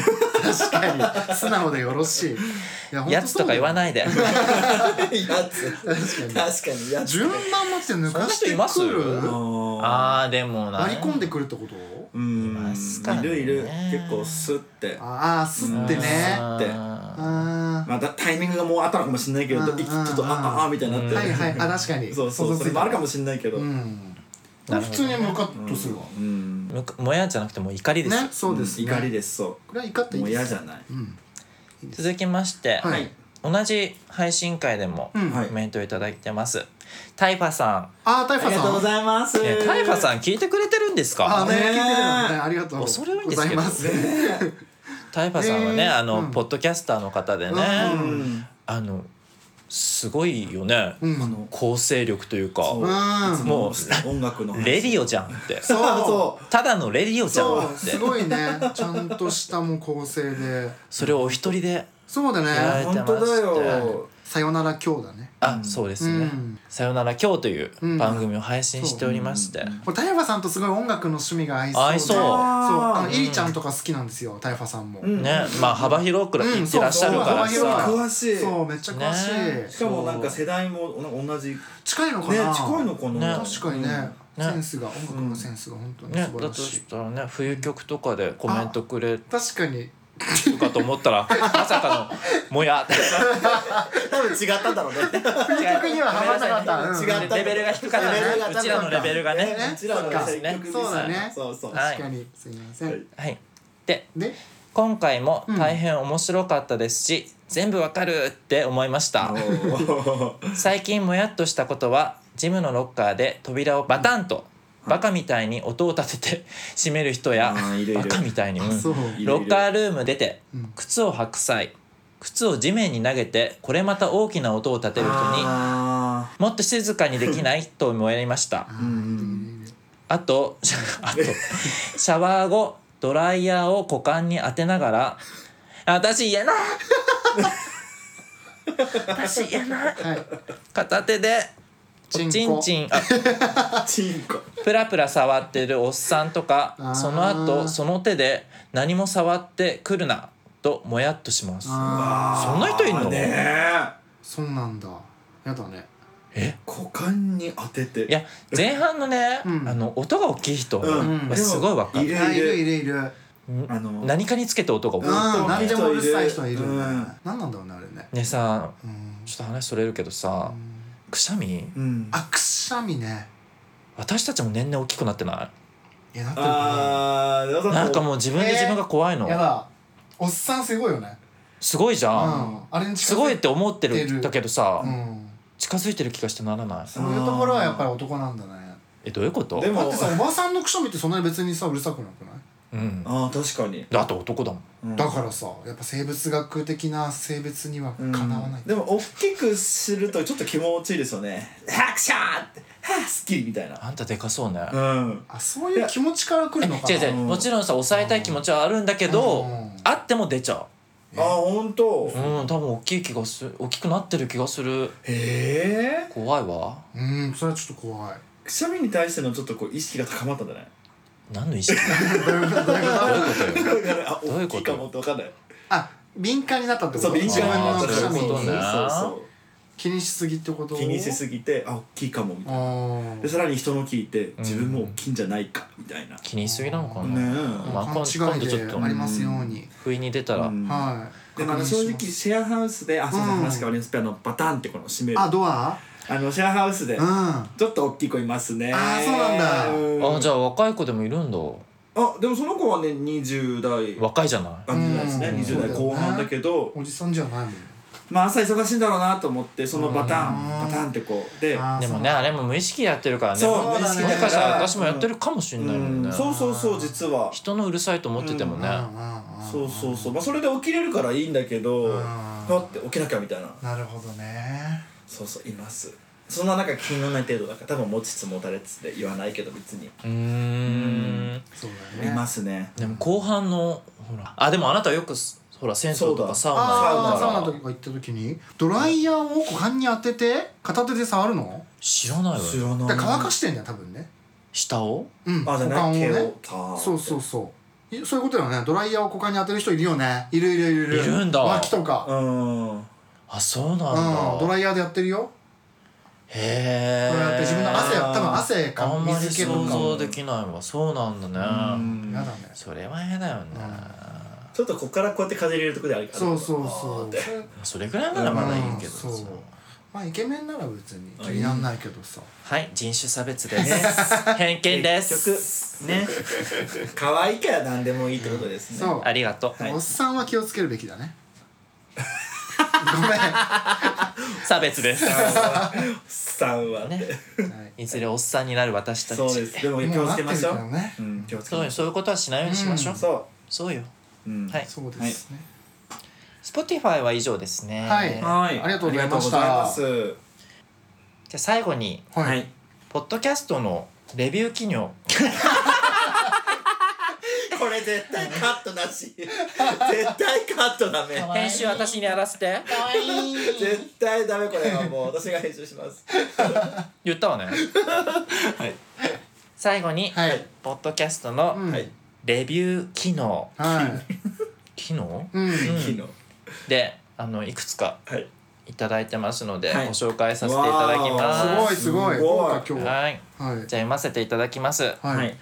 Speaker 3: 確かに素直でよろしいいや
Speaker 2: やつとか言わ
Speaker 3: い
Speaker 2: ないで
Speaker 1: やつ
Speaker 3: 確か
Speaker 1: 確かにや
Speaker 3: に順番待ちで抜かして
Speaker 2: そ
Speaker 3: く
Speaker 2: んな人いま
Speaker 3: る
Speaker 1: あ
Speaker 2: あーでもな
Speaker 3: 割り込んでくるってこと
Speaker 1: う
Speaker 2: い
Speaker 1: ん
Speaker 2: ますからね
Speaker 1: いるいる結構スッて
Speaker 3: ああすってね
Speaker 2: うん
Speaker 1: って
Speaker 3: あ
Speaker 1: まあだタイミングがもうあったのかもしれないけど
Speaker 3: うん
Speaker 1: ちょっとあああみたいになっ
Speaker 3: あ
Speaker 1: て
Speaker 3: はいはいあ確かに
Speaker 1: そうそうそれもあるかもしれないけど
Speaker 3: うん
Speaker 2: なるほどね
Speaker 3: 普通に向かっとするわ
Speaker 1: うん
Speaker 2: むかもやじゃなくてもう怒りですよ、
Speaker 3: ねそうですね
Speaker 1: 怒りですそ
Speaker 3: これは怒って
Speaker 1: う
Speaker 3: いい
Speaker 1: もう
Speaker 3: です
Speaker 1: 嫌じゃない
Speaker 3: うん
Speaker 2: 続きまして、
Speaker 3: はい
Speaker 2: 同じ配信会でも
Speaker 3: うん
Speaker 1: はい
Speaker 2: コメントいただいてます、タイファさ
Speaker 3: ああタイフ
Speaker 1: あ
Speaker 3: ァ
Speaker 1: りがとう
Speaker 3: さ
Speaker 1: ご
Speaker 3: ん
Speaker 1: ざいます
Speaker 2: ん、いやタイファさん聞いてくれてるんです
Speaker 3: あ
Speaker 2: か
Speaker 3: ね、聞いてるよね
Speaker 1: ね
Speaker 3: ありがとう
Speaker 2: 恐れ多いんですけど
Speaker 3: ございます。
Speaker 2: タイファさんはね、
Speaker 3: えー
Speaker 2: あの、
Speaker 3: うん
Speaker 2: ポッドキャスターの方でね、
Speaker 1: う
Speaker 3: うん
Speaker 1: ん
Speaker 2: あのすごいよね、
Speaker 3: うん、
Speaker 1: あの
Speaker 2: 構成力というか
Speaker 1: そう
Speaker 3: うん
Speaker 1: いつ
Speaker 2: も
Speaker 1: 音楽の話
Speaker 2: レディオじゃんって
Speaker 3: そう
Speaker 1: そ
Speaker 2: ただのレディオじゃ
Speaker 3: そ
Speaker 2: ん
Speaker 3: う
Speaker 2: って
Speaker 3: すごいねちゃんとしたもう構成で
Speaker 2: それをお一人で
Speaker 3: そうだ
Speaker 2: やら
Speaker 3: ね
Speaker 2: れて
Speaker 1: 本
Speaker 2: まして
Speaker 1: 当だよ
Speaker 3: さよなら今日だね
Speaker 2: あ、そうですね、
Speaker 3: うん
Speaker 2: さよなら今日」という
Speaker 3: うん
Speaker 2: 番組を配信しておりまして、
Speaker 3: これタイファさんとすごい音楽の趣味が合いそうで
Speaker 2: 合いそう
Speaker 3: そう
Speaker 1: あー
Speaker 3: あのイリちゃんとか好きなんですよタイファさんも、
Speaker 1: うん
Speaker 2: ねまあ幅広くら
Speaker 3: うん
Speaker 2: 言ってらっしゃるから
Speaker 3: そうそう幅
Speaker 2: さ、
Speaker 3: 広
Speaker 1: 詳しい
Speaker 3: そうめっちゃ詳しい、
Speaker 2: ね
Speaker 1: しかもなんか世代もなんか同じね
Speaker 3: 近いのかな、
Speaker 1: 近いのかな
Speaker 2: ね
Speaker 3: 確かにね、
Speaker 2: うん
Speaker 3: センスが音楽のセンスが本当に
Speaker 2: ね
Speaker 3: 素、晴
Speaker 2: だ
Speaker 3: ら
Speaker 2: と
Speaker 3: しい、
Speaker 2: したらね冬曲とかでコメントくれ
Speaker 3: 確かに
Speaker 2: るかと思ったらまさかの「もや」って
Speaker 1: 多分違ったんだろう
Speaker 3: [laughs]
Speaker 1: ね
Speaker 3: 曲にはハマらなかった、うん
Speaker 1: 違った
Speaker 2: レベルが低かった
Speaker 1: レ
Speaker 2: ね
Speaker 1: ベルが高かった
Speaker 2: うちらのレベルがね
Speaker 1: ねうちらのね
Speaker 3: そうだね
Speaker 1: そうそう
Speaker 2: はい
Speaker 3: 確かにすいません、
Speaker 1: はい
Speaker 2: はいで
Speaker 3: で
Speaker 2: 今回も大変面白かったですし、全部わかるって思いました
Speaker 1: おー
Speaker 2: 最近もやっとしたことはジムのロッカーで扉をバタンとバカみたいに音を立てて閉める人や
Speaker 1: あーいるいる
Speaker 2: バカみたいに、うん
Speaker 3: そう
Speaker 1: いる
Speaker 2: ロッカールーム出て
Speaker 3: うん
Speaker 2: 靴を履く際靴を地面に投げてこれまた大きな音を立てる人に
Speaker 1: あ
Speaker 2: もっと静かにできないと思いました
Speaker 3: あ
Speaker 1: ん
Speaker 3: ー
Speaker 2: あとシャあとシャワー後ドライヤーを股間に当てながら「私言えない私言えない
Speaker 3: はい」
Speaker 2: 片手で
Speaker 3: チ
Speaker 2: チ
Speaker 3: ン
Speaker 2: ン
Speaker 3: コ
Speaker 2: チンあ
Speaker 1: ーチンコ
Speaker 2: プラプラ触ってるおっさんとか
Speaker 3: あー
Speaker 2: その後その手で「何も触ってくるな」ともやっとします
Speaker 3: あ
Speaker 2: そんな人いんの
Speaker 1: ねえ
Speaker 3: ーそうなんだやだね
Speaker 2: え
Speaker 1: 股間に当てて
Speaker 2: いや前半のね、
Speaker 3: うん
Speaker 2: あの音が大きい人、
Speaker 1: うん
Speaker 2: はすごいわか
Speaker 1: い
Speaker 2: る、
Speaker 1: る
Speaker 3: あいるいるいる
Speaker 1: あの
Speaker 2: 何かにつけて音が大
Speaker 3: う
Speaker 2: き
Speaker 3: ん
Speaker 2: い、
Speaker 3: 何でもうるさい人いる
Speaker 1: う
Speaker 3: ね
Speaker 1: ん
Speaker 3: 何なんだろうねあれね
Speaker 2: ねえさ
Speaker 3: うん
Speaker 2: ちょっと話それるけどさ、くしゃみ
Speaker 1: うん
Speaker 3: あくしゃみね
Speaker 2: 私たちも年々大きくなってない
Speaker 3: いやなってるか
Speaker 1: あー
Speaker 2: いなんかもう自分で自分が怖いの、
Speaker 3: なやだおっさんすごいよね
Speaker 2: すごいじゃ、
Speaker 3: うんんあれに近
Speaker 2: す
Speaker 3: づ
Speaker 2: ごいって思ってるんだけどさ、
Speaker 3: うん
Speaker 2: 近づいてる気がしてならない
Speaker 3: そういうところはやっぱり男なんだね
Speaker 2: えどういうこと
Speaker 1: でも
Speaker 3: だってさおばさんのくしゃみってそんなに別にさうるさくなくない
Speaker 2: うん、
Speaker 1: あー確かに
Speaker 2: だって男だもん
Speaker 1: うん
Speaker 3: だからさやっぱ生物学的な性別にはかなわない
Speaker 1: でも大きくするとちょっと気持ちいいですよね「ハクシャー!」って「はあすっきり」みたいな
Speaker 2: あんたでかそうね、
Speaker 1: うん
Speaker 3: あそういう気持ちから来るのかな
Speaker 2: 違う違う
Speaker 1: うん
Speaker 2: もちろんさ抑えたい気持ちはあるんだけど、
Speaker 3: うん
Speaker 2: あっても出ちゃ
Speaker 1: あ本当
Speaker 2: ううん多分大きい気がする大きくなってる気がする
Speaker 1: へえ
Speaker 2: 怖いわ
Speaker 3: うんそれはちょっと怖い
Speaker 1: くしゃみに対してのちょっとこう意識が高まったんだね
Speaker 2: 何の意識どういうこと
Speaker 1: だ
Speaker 2: よ
Speaker 1: からあ
Speaker 2: どうい
Speaker 1: 大
Speaker 2: うこ
Speaker 1: き
Speaker 2: と
Speaker 1: いかもって分かんない
Speaker 3: あ敏感になったってこと
Speaker 1: そう敏感にな
Speaker 2: っ
Speaker 1: っ
Speaker 2: ち
Speaker 1: たか
Speaker 2: ゃう
Speaker 1: ら
Speaker 2: そういうことね
Speaker 1: そうそ
Speaker 3: 気にしすぎってこと
Speaker 1: う気にしすぎてあ大きいかもみたいな
Speaker 3: あ
Speaker 1: でさらに人の聞いて自分も大きいんじゃないかみたいな
Speaker 2: 気にしすぎなのかな、
Speaker 1: ね
Speaker 2: まあ
Speaker 3: あ勘違
Speaker 2: 今度
Speaker 3: い
Speaker 2: ちょっ
Speaker 3: で
Speaker 2: と
Speaker 3: ありますように、
Speaker 2: 不意に出たら、
Speaker 1: うん
Speaker 3: は
Speaker 1: でもあの正直シェアハウスであそうです
Speaker 3: うん
Speaker 1: 話変わりますけどあのバタンってこの閉める
Speaker 3: あ
Speaker 1: あ
Speaker 3: ドア
Speaker 1: のシェアハウスで
Speaker 3: うんあ
Speaker 1: ちょっと大きい子いますね
Speaker 3: あーそうなんだ
Speaker 2: あじゃあ若い子でもいるんだ
Speaker 1: あでもその子はね20代
Speaker 2: 若いじゃない
Speaker 1: 感じですね
Speaker 3: うん
Speaker 1: 20代後半だけど
Speaker 3: おじさんじゃないもん
Speaker 1: まあ朝忙しいんだろうなと思ってそのバタン
Speaker 3: う
Speaker 1: バ
Speaker 3: ん
Speaker 1: タンってこうで
Speaker 3: あー
Speaker 2: でもねあれも無意識でやってるからね
Speaker 1: そう
Speaker 2: も
Speaker 3: 無意識
Speaker 2: し
Speaker 3: だ
Speaker 2: かしたら
Speaker 1: から
Speaker 2: 私もやってるかもしれないもんね
Speaker 1: うんそうそうそう実は
Speaker 2: 人のうるさいと思っててもね
Speaker 3: うんうんうん
Speaker 1: そうそうそうまあそれで起きれるからいいんだけど
Speaker 3: うん
Speaker 1: パって起きなきゃみたいな
Speaker 3: なるほどね
Speaker 1: そうそういますそんな中気にならない程度だから多分持ちつ持たれつって言わないけど別に
Speaker 2: うーん
Speaker 3: そうだ
Speaker 1: い
Speaker 3: ね
Speaker 1: ますね
Speaker 2: でも後半のほらあでもあなたはよくすほら銭湯とかサウナ
Speaker 3: ああ
Speaker 2: と
Speaker 3: サウ
Speaker 2: か
Speaker 3: ナとか行った時にドライヤーを股間に当てて片手で触るの
Speaker 2: 知らないわよ
Speaker 1: らな
Speaker 3: だから乾かしてんだよ多分ね
Speaker 2: 下を
Speaker 3: うん
Speaker 1: あじゃ
Speaker 3: 股
Speaker 1: な
Speaker 3: 間を
Speaker 1: い毛
Speaker 3: ね
Speaker 1: をた
Speaker 3: そうそうそういそういうことだよねドライヤーを股間に当てる人いるよねいるいるいる
Speaker 2: いるんだ
Speaker 3: 脇とか
Speaker 1: うん
Speaker 2: あそうなんだ、
Speaker 3: うんドライヤーでやってるよ
Speaker 2: へえ
Speaker 3: こうやって自分の汗
Speaker 1: あ
Speaker 3: や
Speaker 1: ー
Speaker 3: 多分汗
Speaker 2: あ
Speaker 3: か
Speaker 2: んまり
Speaker 3: 水気と
Speaker 2: 想
Speaker 3: か
Speaker 2: 像できないわそうなんだね、
Speaker 1: うん
Speaker 3: やだね
Speaker 2: それは嫌だよね、
Speaker 1: ちょっとここからこうやって風入れるとこであるから
Speaker 3: そうそうそうそれ
Speaker 2: それぐらいならまだいいけどさ、
Speaker 3: うんそうまあイケメンなら別に気になんないけどさ
Speaker 2: はい人種差別です
Speaker 3: [laughs]
Speaker 2: 偏見です
Speaker 1: 結局ね [laughs] 可愛いから何でもいいってことですね
Speaker 3: そう
Speaker 2: ありがとう、
Speaker 3: おっさんは気をつけるべきだね
Speaker 2: [laughs]
Speaker 3: ごめん、
Speaker 2: 差別です、
Speaker 1: さん [laughs] はね
Speaker 2: ね、
Speaker 3: はい
Speaker 2: いずれおっさんになる私たち
Speaker 1: そうですでも気をつけましょ
Speaker 3: もう
Speaker 1: う
Speaker 3: なってるからね
Speaker 1: うん気をつけ
Speaker 2: そう
Speaker 1: ま
Speaker 2: よ
Speaker 1: し
Speaker 2: そういうことはしないようにしましょう、
Speaker 1: ょうそ
Speaker 2: そうよ
Speaker 1: ううん
Speaker 2: はい
Speaker 3: そうですね、
Speaker 2: Spotify は以上ですね
Speaker 3: はい
Speaker 2: じゃあ
Speaker 1: はい
Speaker 3: ありがとうございました
Speaker 1: ありがとうございます
Speaker 2: 最後に
Speaker 3: はい、
Speaker 2: ポッドキャストのレビュー記入
Speaker 1: これ絶対カットなし
Speaker 2: [laughs]
Speaker 1: 絶対カットダメ
Speaker 2: 編集私にやらせて
Speaker 1: 絶対ダメこれはもう私が編集します
Speaker 2: 言ったわ
Speaker 1: [laughs]
Speaker 2: ね、最後に、
Speaker 3: はい
Speaker 2: ポッドキャストの
Speaker 3: うん
Speaker 1: はい
Speaker 2: レビュー機能
Speaker 3: はい
Speaker 2: 機能
Speaker 3: うん
Speaker 2: ん
Speaker 1: 昨日
Speaker 2: であのいくつか
Speaker 1: はい
Speaker 2: いただいてますので、
Speaker 1: はい
Speaker 2: ご紹介させていただきます
Speaker 1: わ
Speaker 3: すごいすごい
Speaker 1: すごい
Speaker 3: 豪華今日は
Speaker 2: はいじゃ
Speaker 3: はい
Speaker 2: あ読ませていただきます
Speaker 3: はい、はい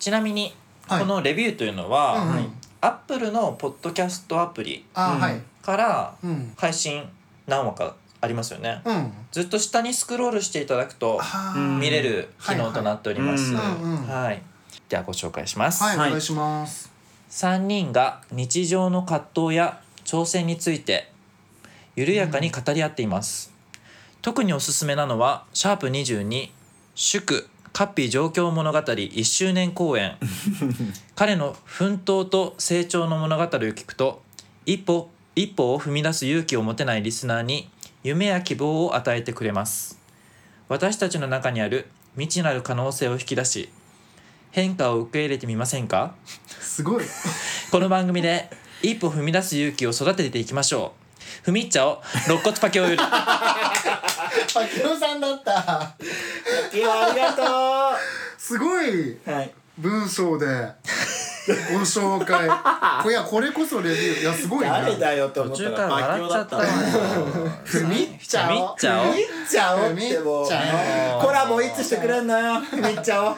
Speaker 2: ちなみに、
Speaker 3: はい
Speaker 2: このレビューというのは、
Speaker 3: うんうん
Speaker 1: はい
Speaker 2: アップルのポッドキャストアプリ
Speaker 3: あー、
Speaker 1: うん
Speaker 3: はい
Speaker 2: から
Speaker 3: うん
Speaker 2: 配信何話かありますよね、
Speaker 3: うん
Speaker 2: ずっと下にスクロールしていただくと
Speaker 3: あ
Speaker 1: う
Speaker 3: ー
Speaker 1: ん
Speaker 2: 見れる機能となっております
Speaker 1: はい
Speaker 3: はいうんうん
Speaker 2: はいではご紹介します、
Speaker 3: はい、
Speaker 1: はい
Speaker 3: お願いします
Speaker 2: 3人が日常の葛藤や挑戦について緩やかに語り合っています、特におすすめなのは「シャープ #22 祝カッピー状況物語1周年公演」彼の奮闘と成長の物語を聞くと一歩一歩を踏み出す勇気を持てないリスナーに夢や希望を与えてくれます私たちの中にある未知なる可能性を引き出し変化を受け入れてみませんか
Speaker 3: すご [laughs] い
Speaker 2: この番組で一歩踏み出す勇気を育てていきましょう。踏みっちゃお、肋骨パケオより。
Speaker 3: あきろさんだった
Speaker 1: いやありがと
Speaker 3: すごいう
Speaker 1: はい
Speaker 3: 文章でご紹介 [laughs] いやこれこそレビューいやすごいね
Speaker 1: 誰だよと
Speaker 2: 途
Speaker 1: 思った
Speaker 2: 中から笑っちゃったわ。
Speaker 1: パッキョだ
Speaker 3: ふみっちゃ
Speaker 2: ふ
Speaker 3: お
Speaker 2: みっちゃお
Speaker 1: みっちゃおっ
Speaker 3: みって
Speaker 1: もう
Speaker 3: ちゃ
Speaker 1: コラボいつしてくれんのよみっちゃお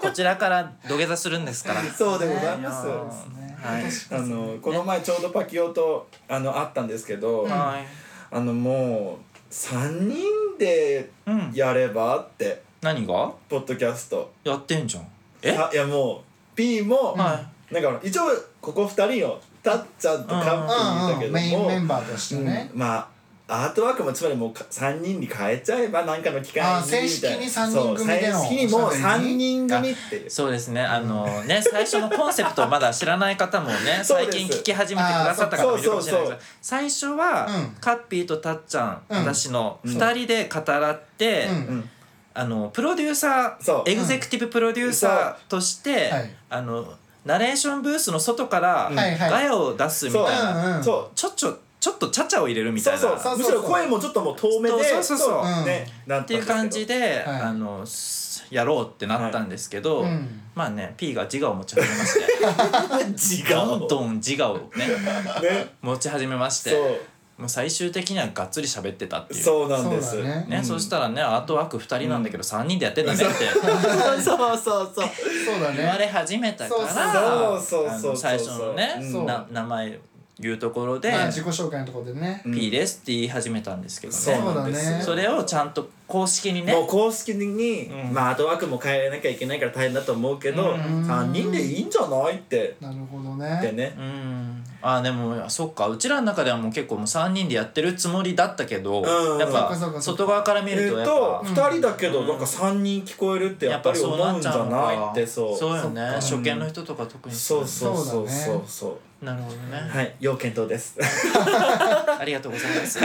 Speaker 2: こちらから土下座するんですから。
Speaker 3: [laughs]
Speaker 1: そうでございます
Speaker 3: おね
Speaker 2: はい。
Speaker 1: あのこの前ちょうどパキオとあの会ったんですけどあ
Speaker 2: はい。
Speaker 1: のもう3人で
Speaker 2: うん
Speaker 1: やればって
Speaker 2: 何が
Speaker 1: ポッドキャスト
Speaker 2: やってんじゃん。え
Speaker 1: あいやもう P も
Speaker 2: は
Speaker 1: なんか一応ここ2人をたっちゃんとカン
Speaker 3: う
Speaker 1: ピー
Speaker 3: んうん
Speaker 1: だ
Speaker 3: メ
Speaker 1: けど
Speaker 3: イン
Speaker 1: も
Speaker 3: メンバーとしてね
Speaker 1: うん、まあアートワークもつまりもうか3人に変えちゃえば何かの機会に
Speaker 3: あー正式に
Speaker 1: みたい
Speaker 3: 三
Speaker 1: な
Speaker 3: 人組での
Speaker 1: そう正式にもう
Speaker 3: おしゃべり
Speaker 1: 3人組っていう
Speaker 2: そうですね。あのね、最初のコンセプトをまだ知らない方もね、
Speaker 1: そう
Speaker 2: 最
Speaker 1: です
Speaker 2: 近聞き始めてくださった方もいるかもしれない
Speaker 1: そうそう
Speaker 2: です
Speaker 1: そう
Speaker 2: が最初は
Speaker 3: うん、
Speaker 2: カッピーとたっちゃん、
Speaker 3: うん
Speaker 2: 私の2人で語らって、
Speaker 3: うん
Speaker 1: うん
Speaker 2: あのプロデューサ
Speaker 1: そう
Speaker 2: ーエグゼクティブプロデューサーとして、
Speaker 3: はい
Speaker 2: あのナレーションブースの外から
Speaker 3: いはい
Speaker 2: ガヤを出すみたい
Speaker 1: そう
Speaker 2: な、
Speaker 3: うんうん
Speaker 1: そう
Speaker 2: ちょちょちょっとちゃちゃを入れるみたい
Speaker 1: そう
Speaker 2: な
Speaker 1: そう
Speaker 3: そう
Speaker 1: むしろ声もちょっともう遠目で
Speaker 2: そうそうそうそう
Speaker 3: うん
Speaker 1: ねな
Speaker 2: っていう感じ
Speaker 1: で
Speaker 2: で、
Speaker 3: はい
Speaker 2: あのすやろうってなったんですけど、
Speaker 3: うん
Speaker 2: まあね P が自我を持ち始めまして
Speaker 1: [laughs] 時
Speaker 2: どんどん自我をね
Speaker 1: [laughs] ね
Speaker 2: 持ち始めまして
Speaker 1: そう
Speaker 2: もう最終的にはがっつり喋ってたっていう。
Speaker 1: そうなんです
Speaker 3: そうだね
Speaker 2: ね、そしたらねアートワーク2人なんだけど3人でやってんだねって、
Speaker 1: そうそうそうそう
Speaker 3: そうだ
Speaker 2: 言わ
Speaker 3: ね
Speaker 2: れ始めたから
Speaker 1: そうそうそうそう
Speaker 2: あの最初のね、
Speaker 1: うん
Speaker 3: そう
Speaker 2: な名前いうところで
Speaker 3: まあ自己紹介のところでね、
Speaker 1: うん
Speaker 2: P ですって言い始めたんですけど
Speaker 3: そう
Speaker 2: ね
Speaker 3: だね
Speaker 2: それをちゃんと公式にね
Speaker 1: もう公式に、
Speaker 2: うん
Speaker 1: まあアートワークも変えなきゃいけないから大変だと思うけ
Speaker 2: う
Speaker 1: ど、
Speaker 2: ん
Speaker 1: 三3人でいいんじゃないって
Speaker 3: なるほど
Speaker 1: って
Speaker 3: ね
Speaker 1: ね
Speaker 2: うんあでもそっかうちらの中ではもう結構もう3人でやってるつもりだったけど、
Speaker 1: うん
Speaker 2: やっ
Speaker 3: そっかそ
Speaker 2: ぱ
Speaker 3: っかそっか
Speaker 2: 外側から見
Speaker 1: え
Speaker 2: ると
Speaker 1: ー
Speaker 2: やっ
Speaker 1: と
Speaker 2: ぱ、
Speaker 1: 2人だけど
Speaker 2: うん
Speaker 1: なんか3人聞こえるってやっぱり思うんじゃないってそう
Speaker 2: そうよね
Speaker 3: そっか
Speaker 2: 初見の人とか特に
Speaker 1: そうそうそうそうう
Speaker 3: そだね
Speaker 1: そう、
Speaker 2: なるほどね
Speaker 1: はい要検討です
Speaker 2: ありがとうございます、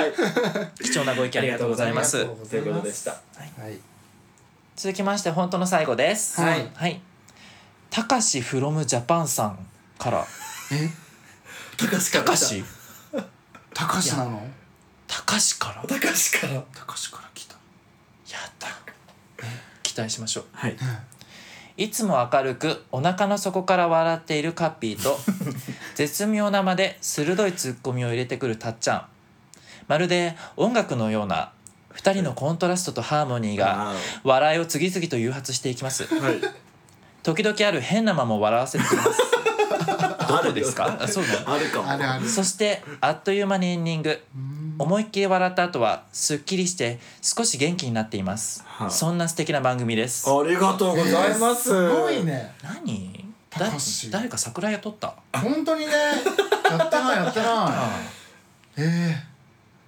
Speaker 2: 貴重なご意見ありがとうございます
Speaker 3: ありがとうござ
Speaker 1: [laughs] ということでした
Speaker 3: はい
Speaker 2: 続きまして本当の最後です
Speaker 3: はい
Speaker 2: はいたかし from ジャパンさんから
Speaker 3: え
Speaker 1: 高志
Speaker 2: たかし
Speaker 3: たかしなの
Speaker 2: たかしから
Speaker 1: 高志から
Speaker 3: たかしから来た
Speaker 2: やった期待しましょう
Speaker 1: はい
Speaker 2: いつも明るくお腹の底から笑っているカッピー
Speaker 1: [laughs]
Speaker 2: と絶妙なまで鋭いツッコミを入れてくるたっちゃんまるで音楽のような2人のコントラストとハーモニーが
Speaker 1: あ
Speaker 2: 笑いを次々と誘発していきます
Speaker 1: ーはい
Speaker 2: 時々ある変なまま笑わせてくれますどこですか
Speaker 1: [laughs]
Speaker 2: あそうなの
Speaker 1: あるかも
Speaker 3: あるある
Speaker 2: そしてあっという間にエンディング
Speaker 3: うん
Speaker 2: 思いっきり笑った後はすっきりして少し元気になっています、
Speaker 1: はい
Speaker 2: そんな素敵な番組です
Speaker 1: ありがとうございます、
Speaker 3: すごいね
Speaker 2: 何だ
Speaker 3: 高橋
Speaker 2: 誰か桜屋取った
Speaker 3: 本当にねやってないやってない
Speaker 2: あ
Speaker 3: ええ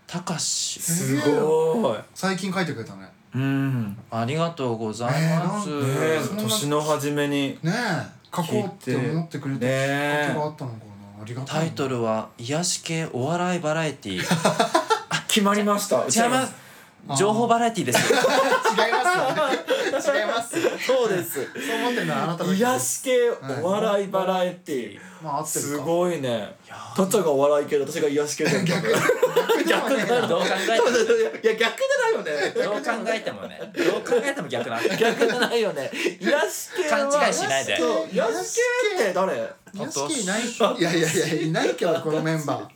Speaker 2: たかし
Speaker 1: すごい
Speaker 3: 最近書いてくれたね
Speaker 1: うん
Speaker 2: ありがとうございます、
Speaker 3: ね
Speaker 1: ねえ
Speaker 3: そんな
Speaker 1: 年の初めに
Speaker 3: ねえ書こうって思ってくれた
Speaker 1: ね
Speaker 3: こと
Speaker 1: え
Speaker 3: があったのかなありがたい
Speaker 2: タイトルは「癒し系お笑いバラエティー」
Speaker 1: 決まりました
Speaker 2: 違います情報バラエティーです
Speaker 3: 違いますよね違いますよ
Speaker 1: そうです
Speaker 3: そう思ってるのはあなただけ
Speaker 1: 癒
Speaker 3: です
Speaker 1: し系お笑いバラエティー
Speaker 3: まあ合ってるか
Speaker 1: すごいねたっちゃんがお笑い系で私が癒し系だった逆だ
Speaker 3: 逆でもね
Speaker 2: どう考えても
Speaker 1: いや逆じゃないよね
Speaker 2: どう考えてもねどう考えても逆なんだ
Speaker 1: 逆じゃ [laughs] ないよね癒し系は
Speaker 2: 勘違いしないで
Speaker 1: そう癒し系って誰
Speaker 3: 宮敷いないいやいやいやいないけどこのメンバ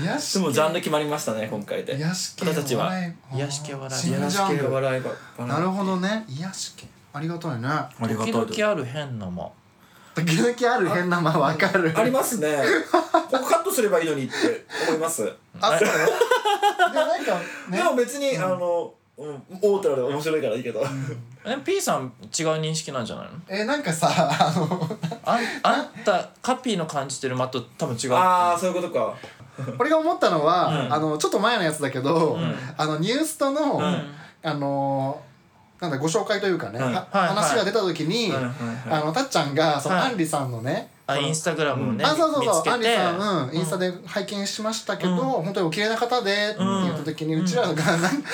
Speaker 2: [laughs]
Speaker 3: 宮
Speaker 1: で
Speaker 3: 敷
Speaker 1: もジャンル決まりましたね今回で
Speaker 3: 癒し系
Speaker 1: 私たちは
Speaker 2: 癒し系笑い
Speaker 3: 新ジャンル
Speaker 1: 笑いが
Speaker 3: なるほどね癒し系ありがたいね
Speaker 1: ありが
Speaker 2: [laughs] 時
Speaker 1: とう
Speaker 2: 々ある変なも
Speaker 3: 時々ある変なまあわかる
Speaker 1: ありますねここカットすればいいのにって思います
Speaker 3: あそうでもなんかね
Speaker 1: でも別にあのうん大手なので面白いからいいけど
Speaker 2: でも P さん違う認識なんじゃないの
Speaker 3: えなんかさあ
Speaker 1: [laughs]
Speaker 3: の
Speaker 2: あんあんたカピーの感じてる間と多分違う
Speaker 1: ああそういうことか
Speaker 3: 俺が思ったのは、
Speaker 2: うん
Speaker 3: あのちょっと前のやつだけど、
Speaker 2: ん
Speaker 3: あのニュースとの、
Speaker 2: ん
Speaker 3: あのなんだご紹介というかね、
Speaker 1: はい
Speaker 3: は
Speaker 2: はい
Speaker 3: 話が出た時に、
Speaker 2: はいはい
Speaker 1: はい
Speaker 3: あのたっちゃんがその、
Speaker 2: はい
Speaker 3: アンリさんのね
Speaker 2: あ
Speaker 3: その
Speaker 2: インスタグラムをね、
Speaker 3: あそうそう
Speaker 2: 見つ
Speaker 3: そう
Speaker 2: け
Speaker 3: アンリ
Speaker 2: て
Speaker 3: さん、うん、インスタで拝見しましたけど、
Speaker 2: うん
Speaker 3: 本当にお綺麗な方でって言った時に、うちらがなん [laughs] なんて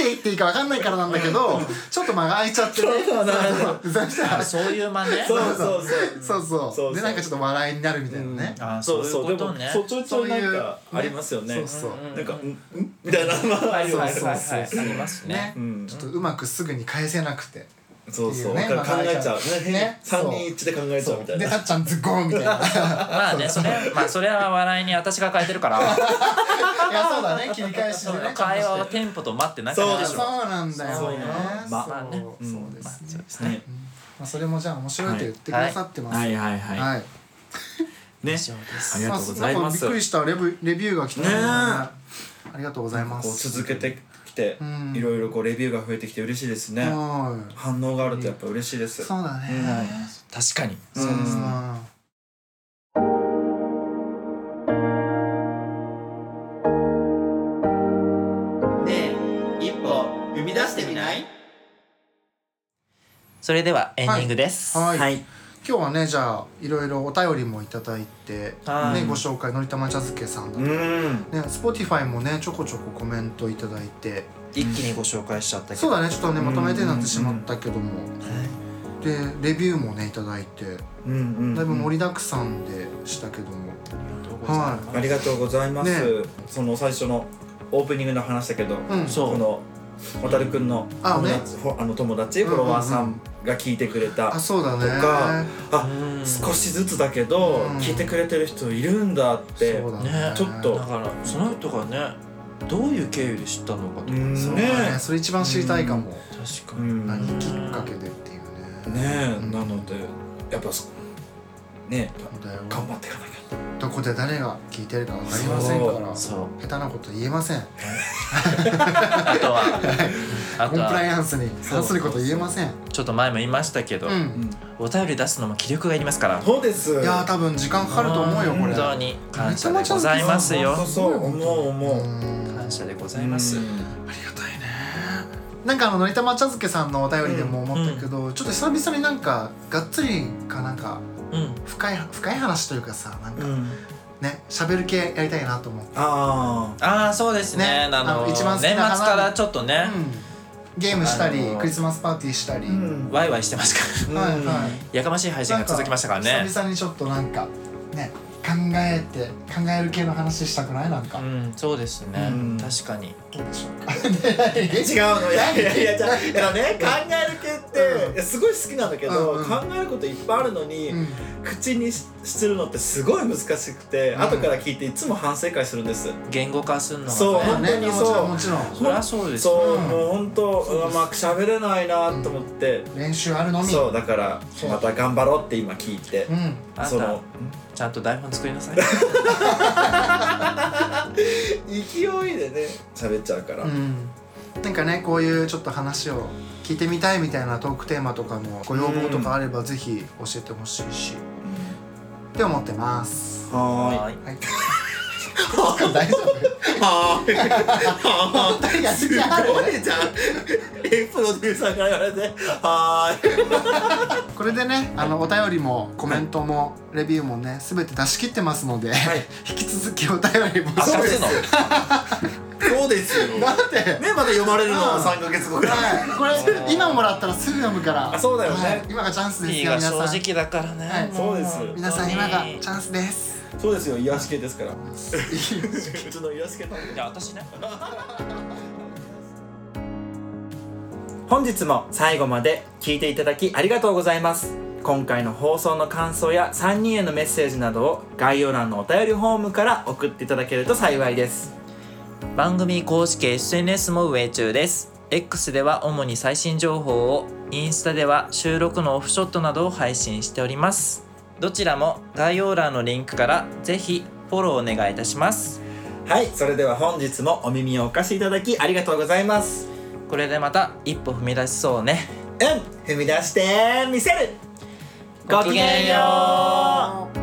Speaker 3: 言っていいかわかんないからなんだけど、ちょっと間が空いちゃってね
Speaker 1: そうそう
Speaker 3: そしたら
Speaker 2: あそういう間ね
Speaker 1: そうそうそ
Speaker 3: そうそう
Speaker 1: そうそう
Speaker 3: でなんかちょっと笑いになるみたいなね、
Speaker 2: あ
Speaker 1: うそう
Speaker 2: そ
Speaker 1: そ
Speaker 2: う
Speaker 1: う
Speaker 2: い
Speaker 1: で
Speaker 2: うこ
Speaker 1: も
Speaker 2: とね
Speaker 1: そうちょいちょいなんか
Speaker 3: そういうね
Speaker 1: ありますよね
Speaker 3: そうそう、
Speaker 2: うん
Speaker 1: なんか「んんみたいなまあ
Speaker 2: はいはいはい
Speaker 3: そうそうそう
Speaker 2: はいありますね
Speaker 3: ね
Speaker 1: うん
Speaker 3: ちょっとうまくすぐに返せなくて。
Speaker 1: そうそう
Speaker 3: っていうね
Speaker 1: なんか考えちゃう
Speaker 3: まあね
Speaker 1: ね三人一致で考えちゃうみたい
Speaker 3: で
Speaker 1: な
Speaker 3: たっちゃんズッコンみたいない
Speaker 2: [laughs] まあねそれまあそれは笑いに私が変えてるから
Speaker 3: やそうだね切り返しで
Speaker 2: そ
Speaker 3: ね
Speaker 2: の
Speaker 3: ちゃんとして
Speaker 2: 会話はテンポと待ってなく
Speaker 1: そ
Speaker 2: な
Speaker 1: う
Speaker 2: る
Speaker 1: で
Speaker 2: でし
Speaker 1: し
Speaker 2: ょ
Speaker 1: ょ
Speaker 3: そうなんだよ
Speaker 1: そう
Speaker 3: ね
Speaker 1: ね
Speaker 2: まあね
Speaker 3: そうそうです
Speaker 2: まあそう
Speaker 3: ね
Speaker 2: です
Speaker 1: はい
Speaker 3: まあそれもじゃあ面白いと言ってくださってます
Speaker 1: いはい
Speaker 3: はいい
Speaker 1: ね
Speaker 2: 以上です
Speaker 1: ありがとうござい
Speaker 3: まあ
Speaker 1: ま
Speaker 3: なん
Speaker 1: す
Speaker 3: かびっくりしたレビュレビューが来たので
Speaker 1: ねえ
Speaker 3: ありがとうございま
Speaker 1: こう
Speaker 3: す
Speaker 1: 続けてきて
Speaker 3: うん
Speaker 1: いろいろこうレビューが増えてきて嬉しいですね
Speaker 3: はい
Speaker 1: 反応があるとやっぱ嬉しいです
Speaker 3: そうだね
Speaker 2: 確かに
Speaker 1: うん
Speaker 3: そうですね
Speaker 4: ねえ一歩踏み出してみない
Speaker 2: それではエンディングです
Speaker 3: はい
Speaker 1: い
Speaker 3: 今日はねじゃあいろいろお便りもいただいてね
Speaker 2: はい
Speaker 3: ご紹介のりたま茶漬けさんだ
Speaker 1: う
Speaker 3: とか
Speaker 1: ん
Speaker 3: ね Spotify もねちょこちょこコメントいただいて
Speaker 2: 一気にご紹介しちゃったけ
Speaker 3: そう
Speaker 2: ど
Speaker 3: だねちょっとねまとめてになってしまったけども、
Speaker 2: は
Speaker 3: でレビューもねいただいて
Speaker 1: うんうん
Speaker 3: だいぶ盛りだくさんでしたけども、
Speaker 2: いありがとうございます
Speaker 1: ありがとうございます、
Speaker 3: ね
Speaker 1: その最初のオープニングの話だけど、
Speaker 3: うん
Speaker 2: そう
Speaker 1: この渡るくんの
Speaker 3: あ
Speaker 1: 友達フォあの友達フォロワーさんが聞いてくれた、
Speaker 3: あそうだね
Speaker 1: とかあ
Speaker 2: うん
Speaker 1: 少しずつだけど、
Speaker 3: うん
Speaker 1: 聞いてくれてる人いるんだって
Speaker 3: そうだね
Speaker 2: ね
Speaker 1: ちょっと
Speaker 2: だからその人がねどういう経由で知ったのかとか
Speaker 1: うん
Speaker 3: そう
Speaker 1: ね
Speaker 3: だねそれ一番知りたいかも、
Speaker 2: 確
Speaker 1: う
Speaker 2: かに
Speaker 1: ん
Speaker 3: 何
Speaker 1: ね
Speaker 3: きっかけでっていうね
Speaker 1: えなのでやっぱそね
Speaker 3: そうだよ
Speaker 1: 頑張っていかなきゃ
Speaker 3: だここで誰が聞いてるかわかりませんから
Speaker 1: そう
Speaker 3: 下手なこと言えません
Speaker 2: あと
Speaker 3: [laughs]
Speaker 2: はあ
Speaker 3: コ
Speaker 2: と
Speaker 3: ンプライ
Speaker 2: は
Speaker 3: アンスに関すること言えません
Speaker 2: ちょっと前も言いましたけど、
Speaker 3: うん
Speaker 2: お便り出すのも気力がいりますから
Speaker 1: そうです
Speaker 3: いやー多分時間かかると思うよこれ
Speaker 2: 本当に感謝でございますよ
Speaker 1: そうそうそう思う思う
Speaker 3: うん
Speaker 2: 感謝でございます
Speaker 1: うん
Speaker 3: ありがたいねなんかあののりたま茶漬けさんのお便りでも思ったけど、ちょっと久々になんかがっつりかなんか
Speaker 2: うん
Speaker 3: 深い深い話というかさなんか
Speaker 1: うん
Speaker 3: ね喋、る系やりたいなと思って、
Speaker 1: あ
Speaker 2: ああそうですね
Speaker 3: ね
Speaker 2: あの
Speaker 3: あの一番好き
Speaker 2: 年
Speaker 3: な
Speaker 2: 末
Speaker 3: 花
Speaker 2: からちょっとね、
Speaker 3: うん、ゲームしたり、
Speaker 2: あのー
Speaker 3: クリスマスパーティーしたり、
Speaker 1: あうん
Speaker 2: ワイワイしてましたか
Speaker 3: はいはい
Speaker 2: らやかましい配信が続きましたからね
Speaker 3: 久々にちょっとなんかね考えて考える系の話したくないなんか、
Speaker 2: うんそうですね、
Speaker 1: うん
Speaker 2: 確かに
Speaker 3: どうでしょうかえ
Speaker 1: 違うのいやいやいやじゃあいやね考える系って、
Speaker 3: うん
Speaker 1: いやすごい好きなんだけど、
Speaker 3: うんうん
Speaker 1: 考えることいっぱいあるのに、
Speaker 3: うん
Speaker 1: 口にしするのってすごい難しくて、
Speaker 3: うん
Speaker 1: 後から聞いていつも反省会するんです、
Speaker 2: 言語化するの
Speaker 1: そう
Speaker 2: は
Speaker 3: まあ
Speaker 2: ね
Speaker 1: 本当に
Speaker 3: ねもちろ
Speaker 1: そうん
Speaker 3: もちろん
Speaker 2: そりゃそうですよ
Speaker 1: そう、
Speaker 3: うん
Speaker 1: もう本当
Speaker 3: そう
Speaker 1: う
Speaker 3: です
Speaker 1: まく喋れないなと思って、
Speaker 3: 練習あるのみ
Speaker 1: そうだから
Speaker 3: そう
Speaker 1: また頑張ろうって今聞いて
Speaker 3: う、ん
Speaker 2: あん
Speaker 1: そ
Speaker 2: た
Speaker 1: の
Speaker 2: ちゃんと台本作りなさい
Speaker 1: [laughs] 勢いでね喋っちゃうから、
Speaker 3: うん、なんかねこういうちょっと話を聞いてみたいみたいなトークテーマとかもご要望とかあればぜひ教えてほしいし、って思ってます。
Speaker 1: [laughs] は
Speaker 2: はーい
Speaker 3: はい。大丈
Speaker 1: ーいはーいは
Speaker 3: 夫？いや
Speaker 1: ーいすごいじゃんえプロデューサーから言われてはーい
Speaker 3: これでね、あのお便りもコメントもレビューもね、すべて出し切ってますので、
Speaker 1: はい
Speaker 3: 引き続きお便りも
Speaker 2: あ
Speaker 1: そう
Speaker 2: 出
Speaker 1: です
Speaker 2: の
Speaker 1: そうですよ。ね、
Speaker 3: だって。
Speaker 1: また読まれるの
Speaker 3: う
Speaker 1: は
Speaker 3: ん
Speaker 1: 三ヶ月後くらい。
Speaker 3: はい、これ [laughs] 今もらったらすぐ読むから
Speaker 1: あそうだよね
Speaker 3: はい今がチャンスです
Speaker 2: P
Speaker 3: よ
Speaker 2: が
Speaker 3: 皆さん
Speaker 2: 正直だからね、
Speaker 3: はい
Speaker 2: も
Speaker 1: そうです
Speaker 3: 皆さん今がチャンスです
Speaker 1: そうですよ、癒し系です [laughs] から。うちの癒し系担
Speaker 2: じゃあ私ね
Speaker 1: 当本日も最後まで聞いていただきありがとうございます。今回の放送の感想や3人へのメッセージなどを概要欄のお便りフォームから送っていただけると幸いです。
Speaker 2: 番組公式 SNS も運営中です X では主に最新情報をインスタでは収録のオフショットなどを配信しておりますどちらも概要欄のリンクからぜひフォローお願いいたします
Speaker 1: はい、それでは本日もお耳をお貸しいただきありがとうございます。
Speaker 2: これでまた一歩踏み出しそうね
Speaker 1: うん、踏み出して見せる
Speaker 2: ごきげんよ
Speaker 1: う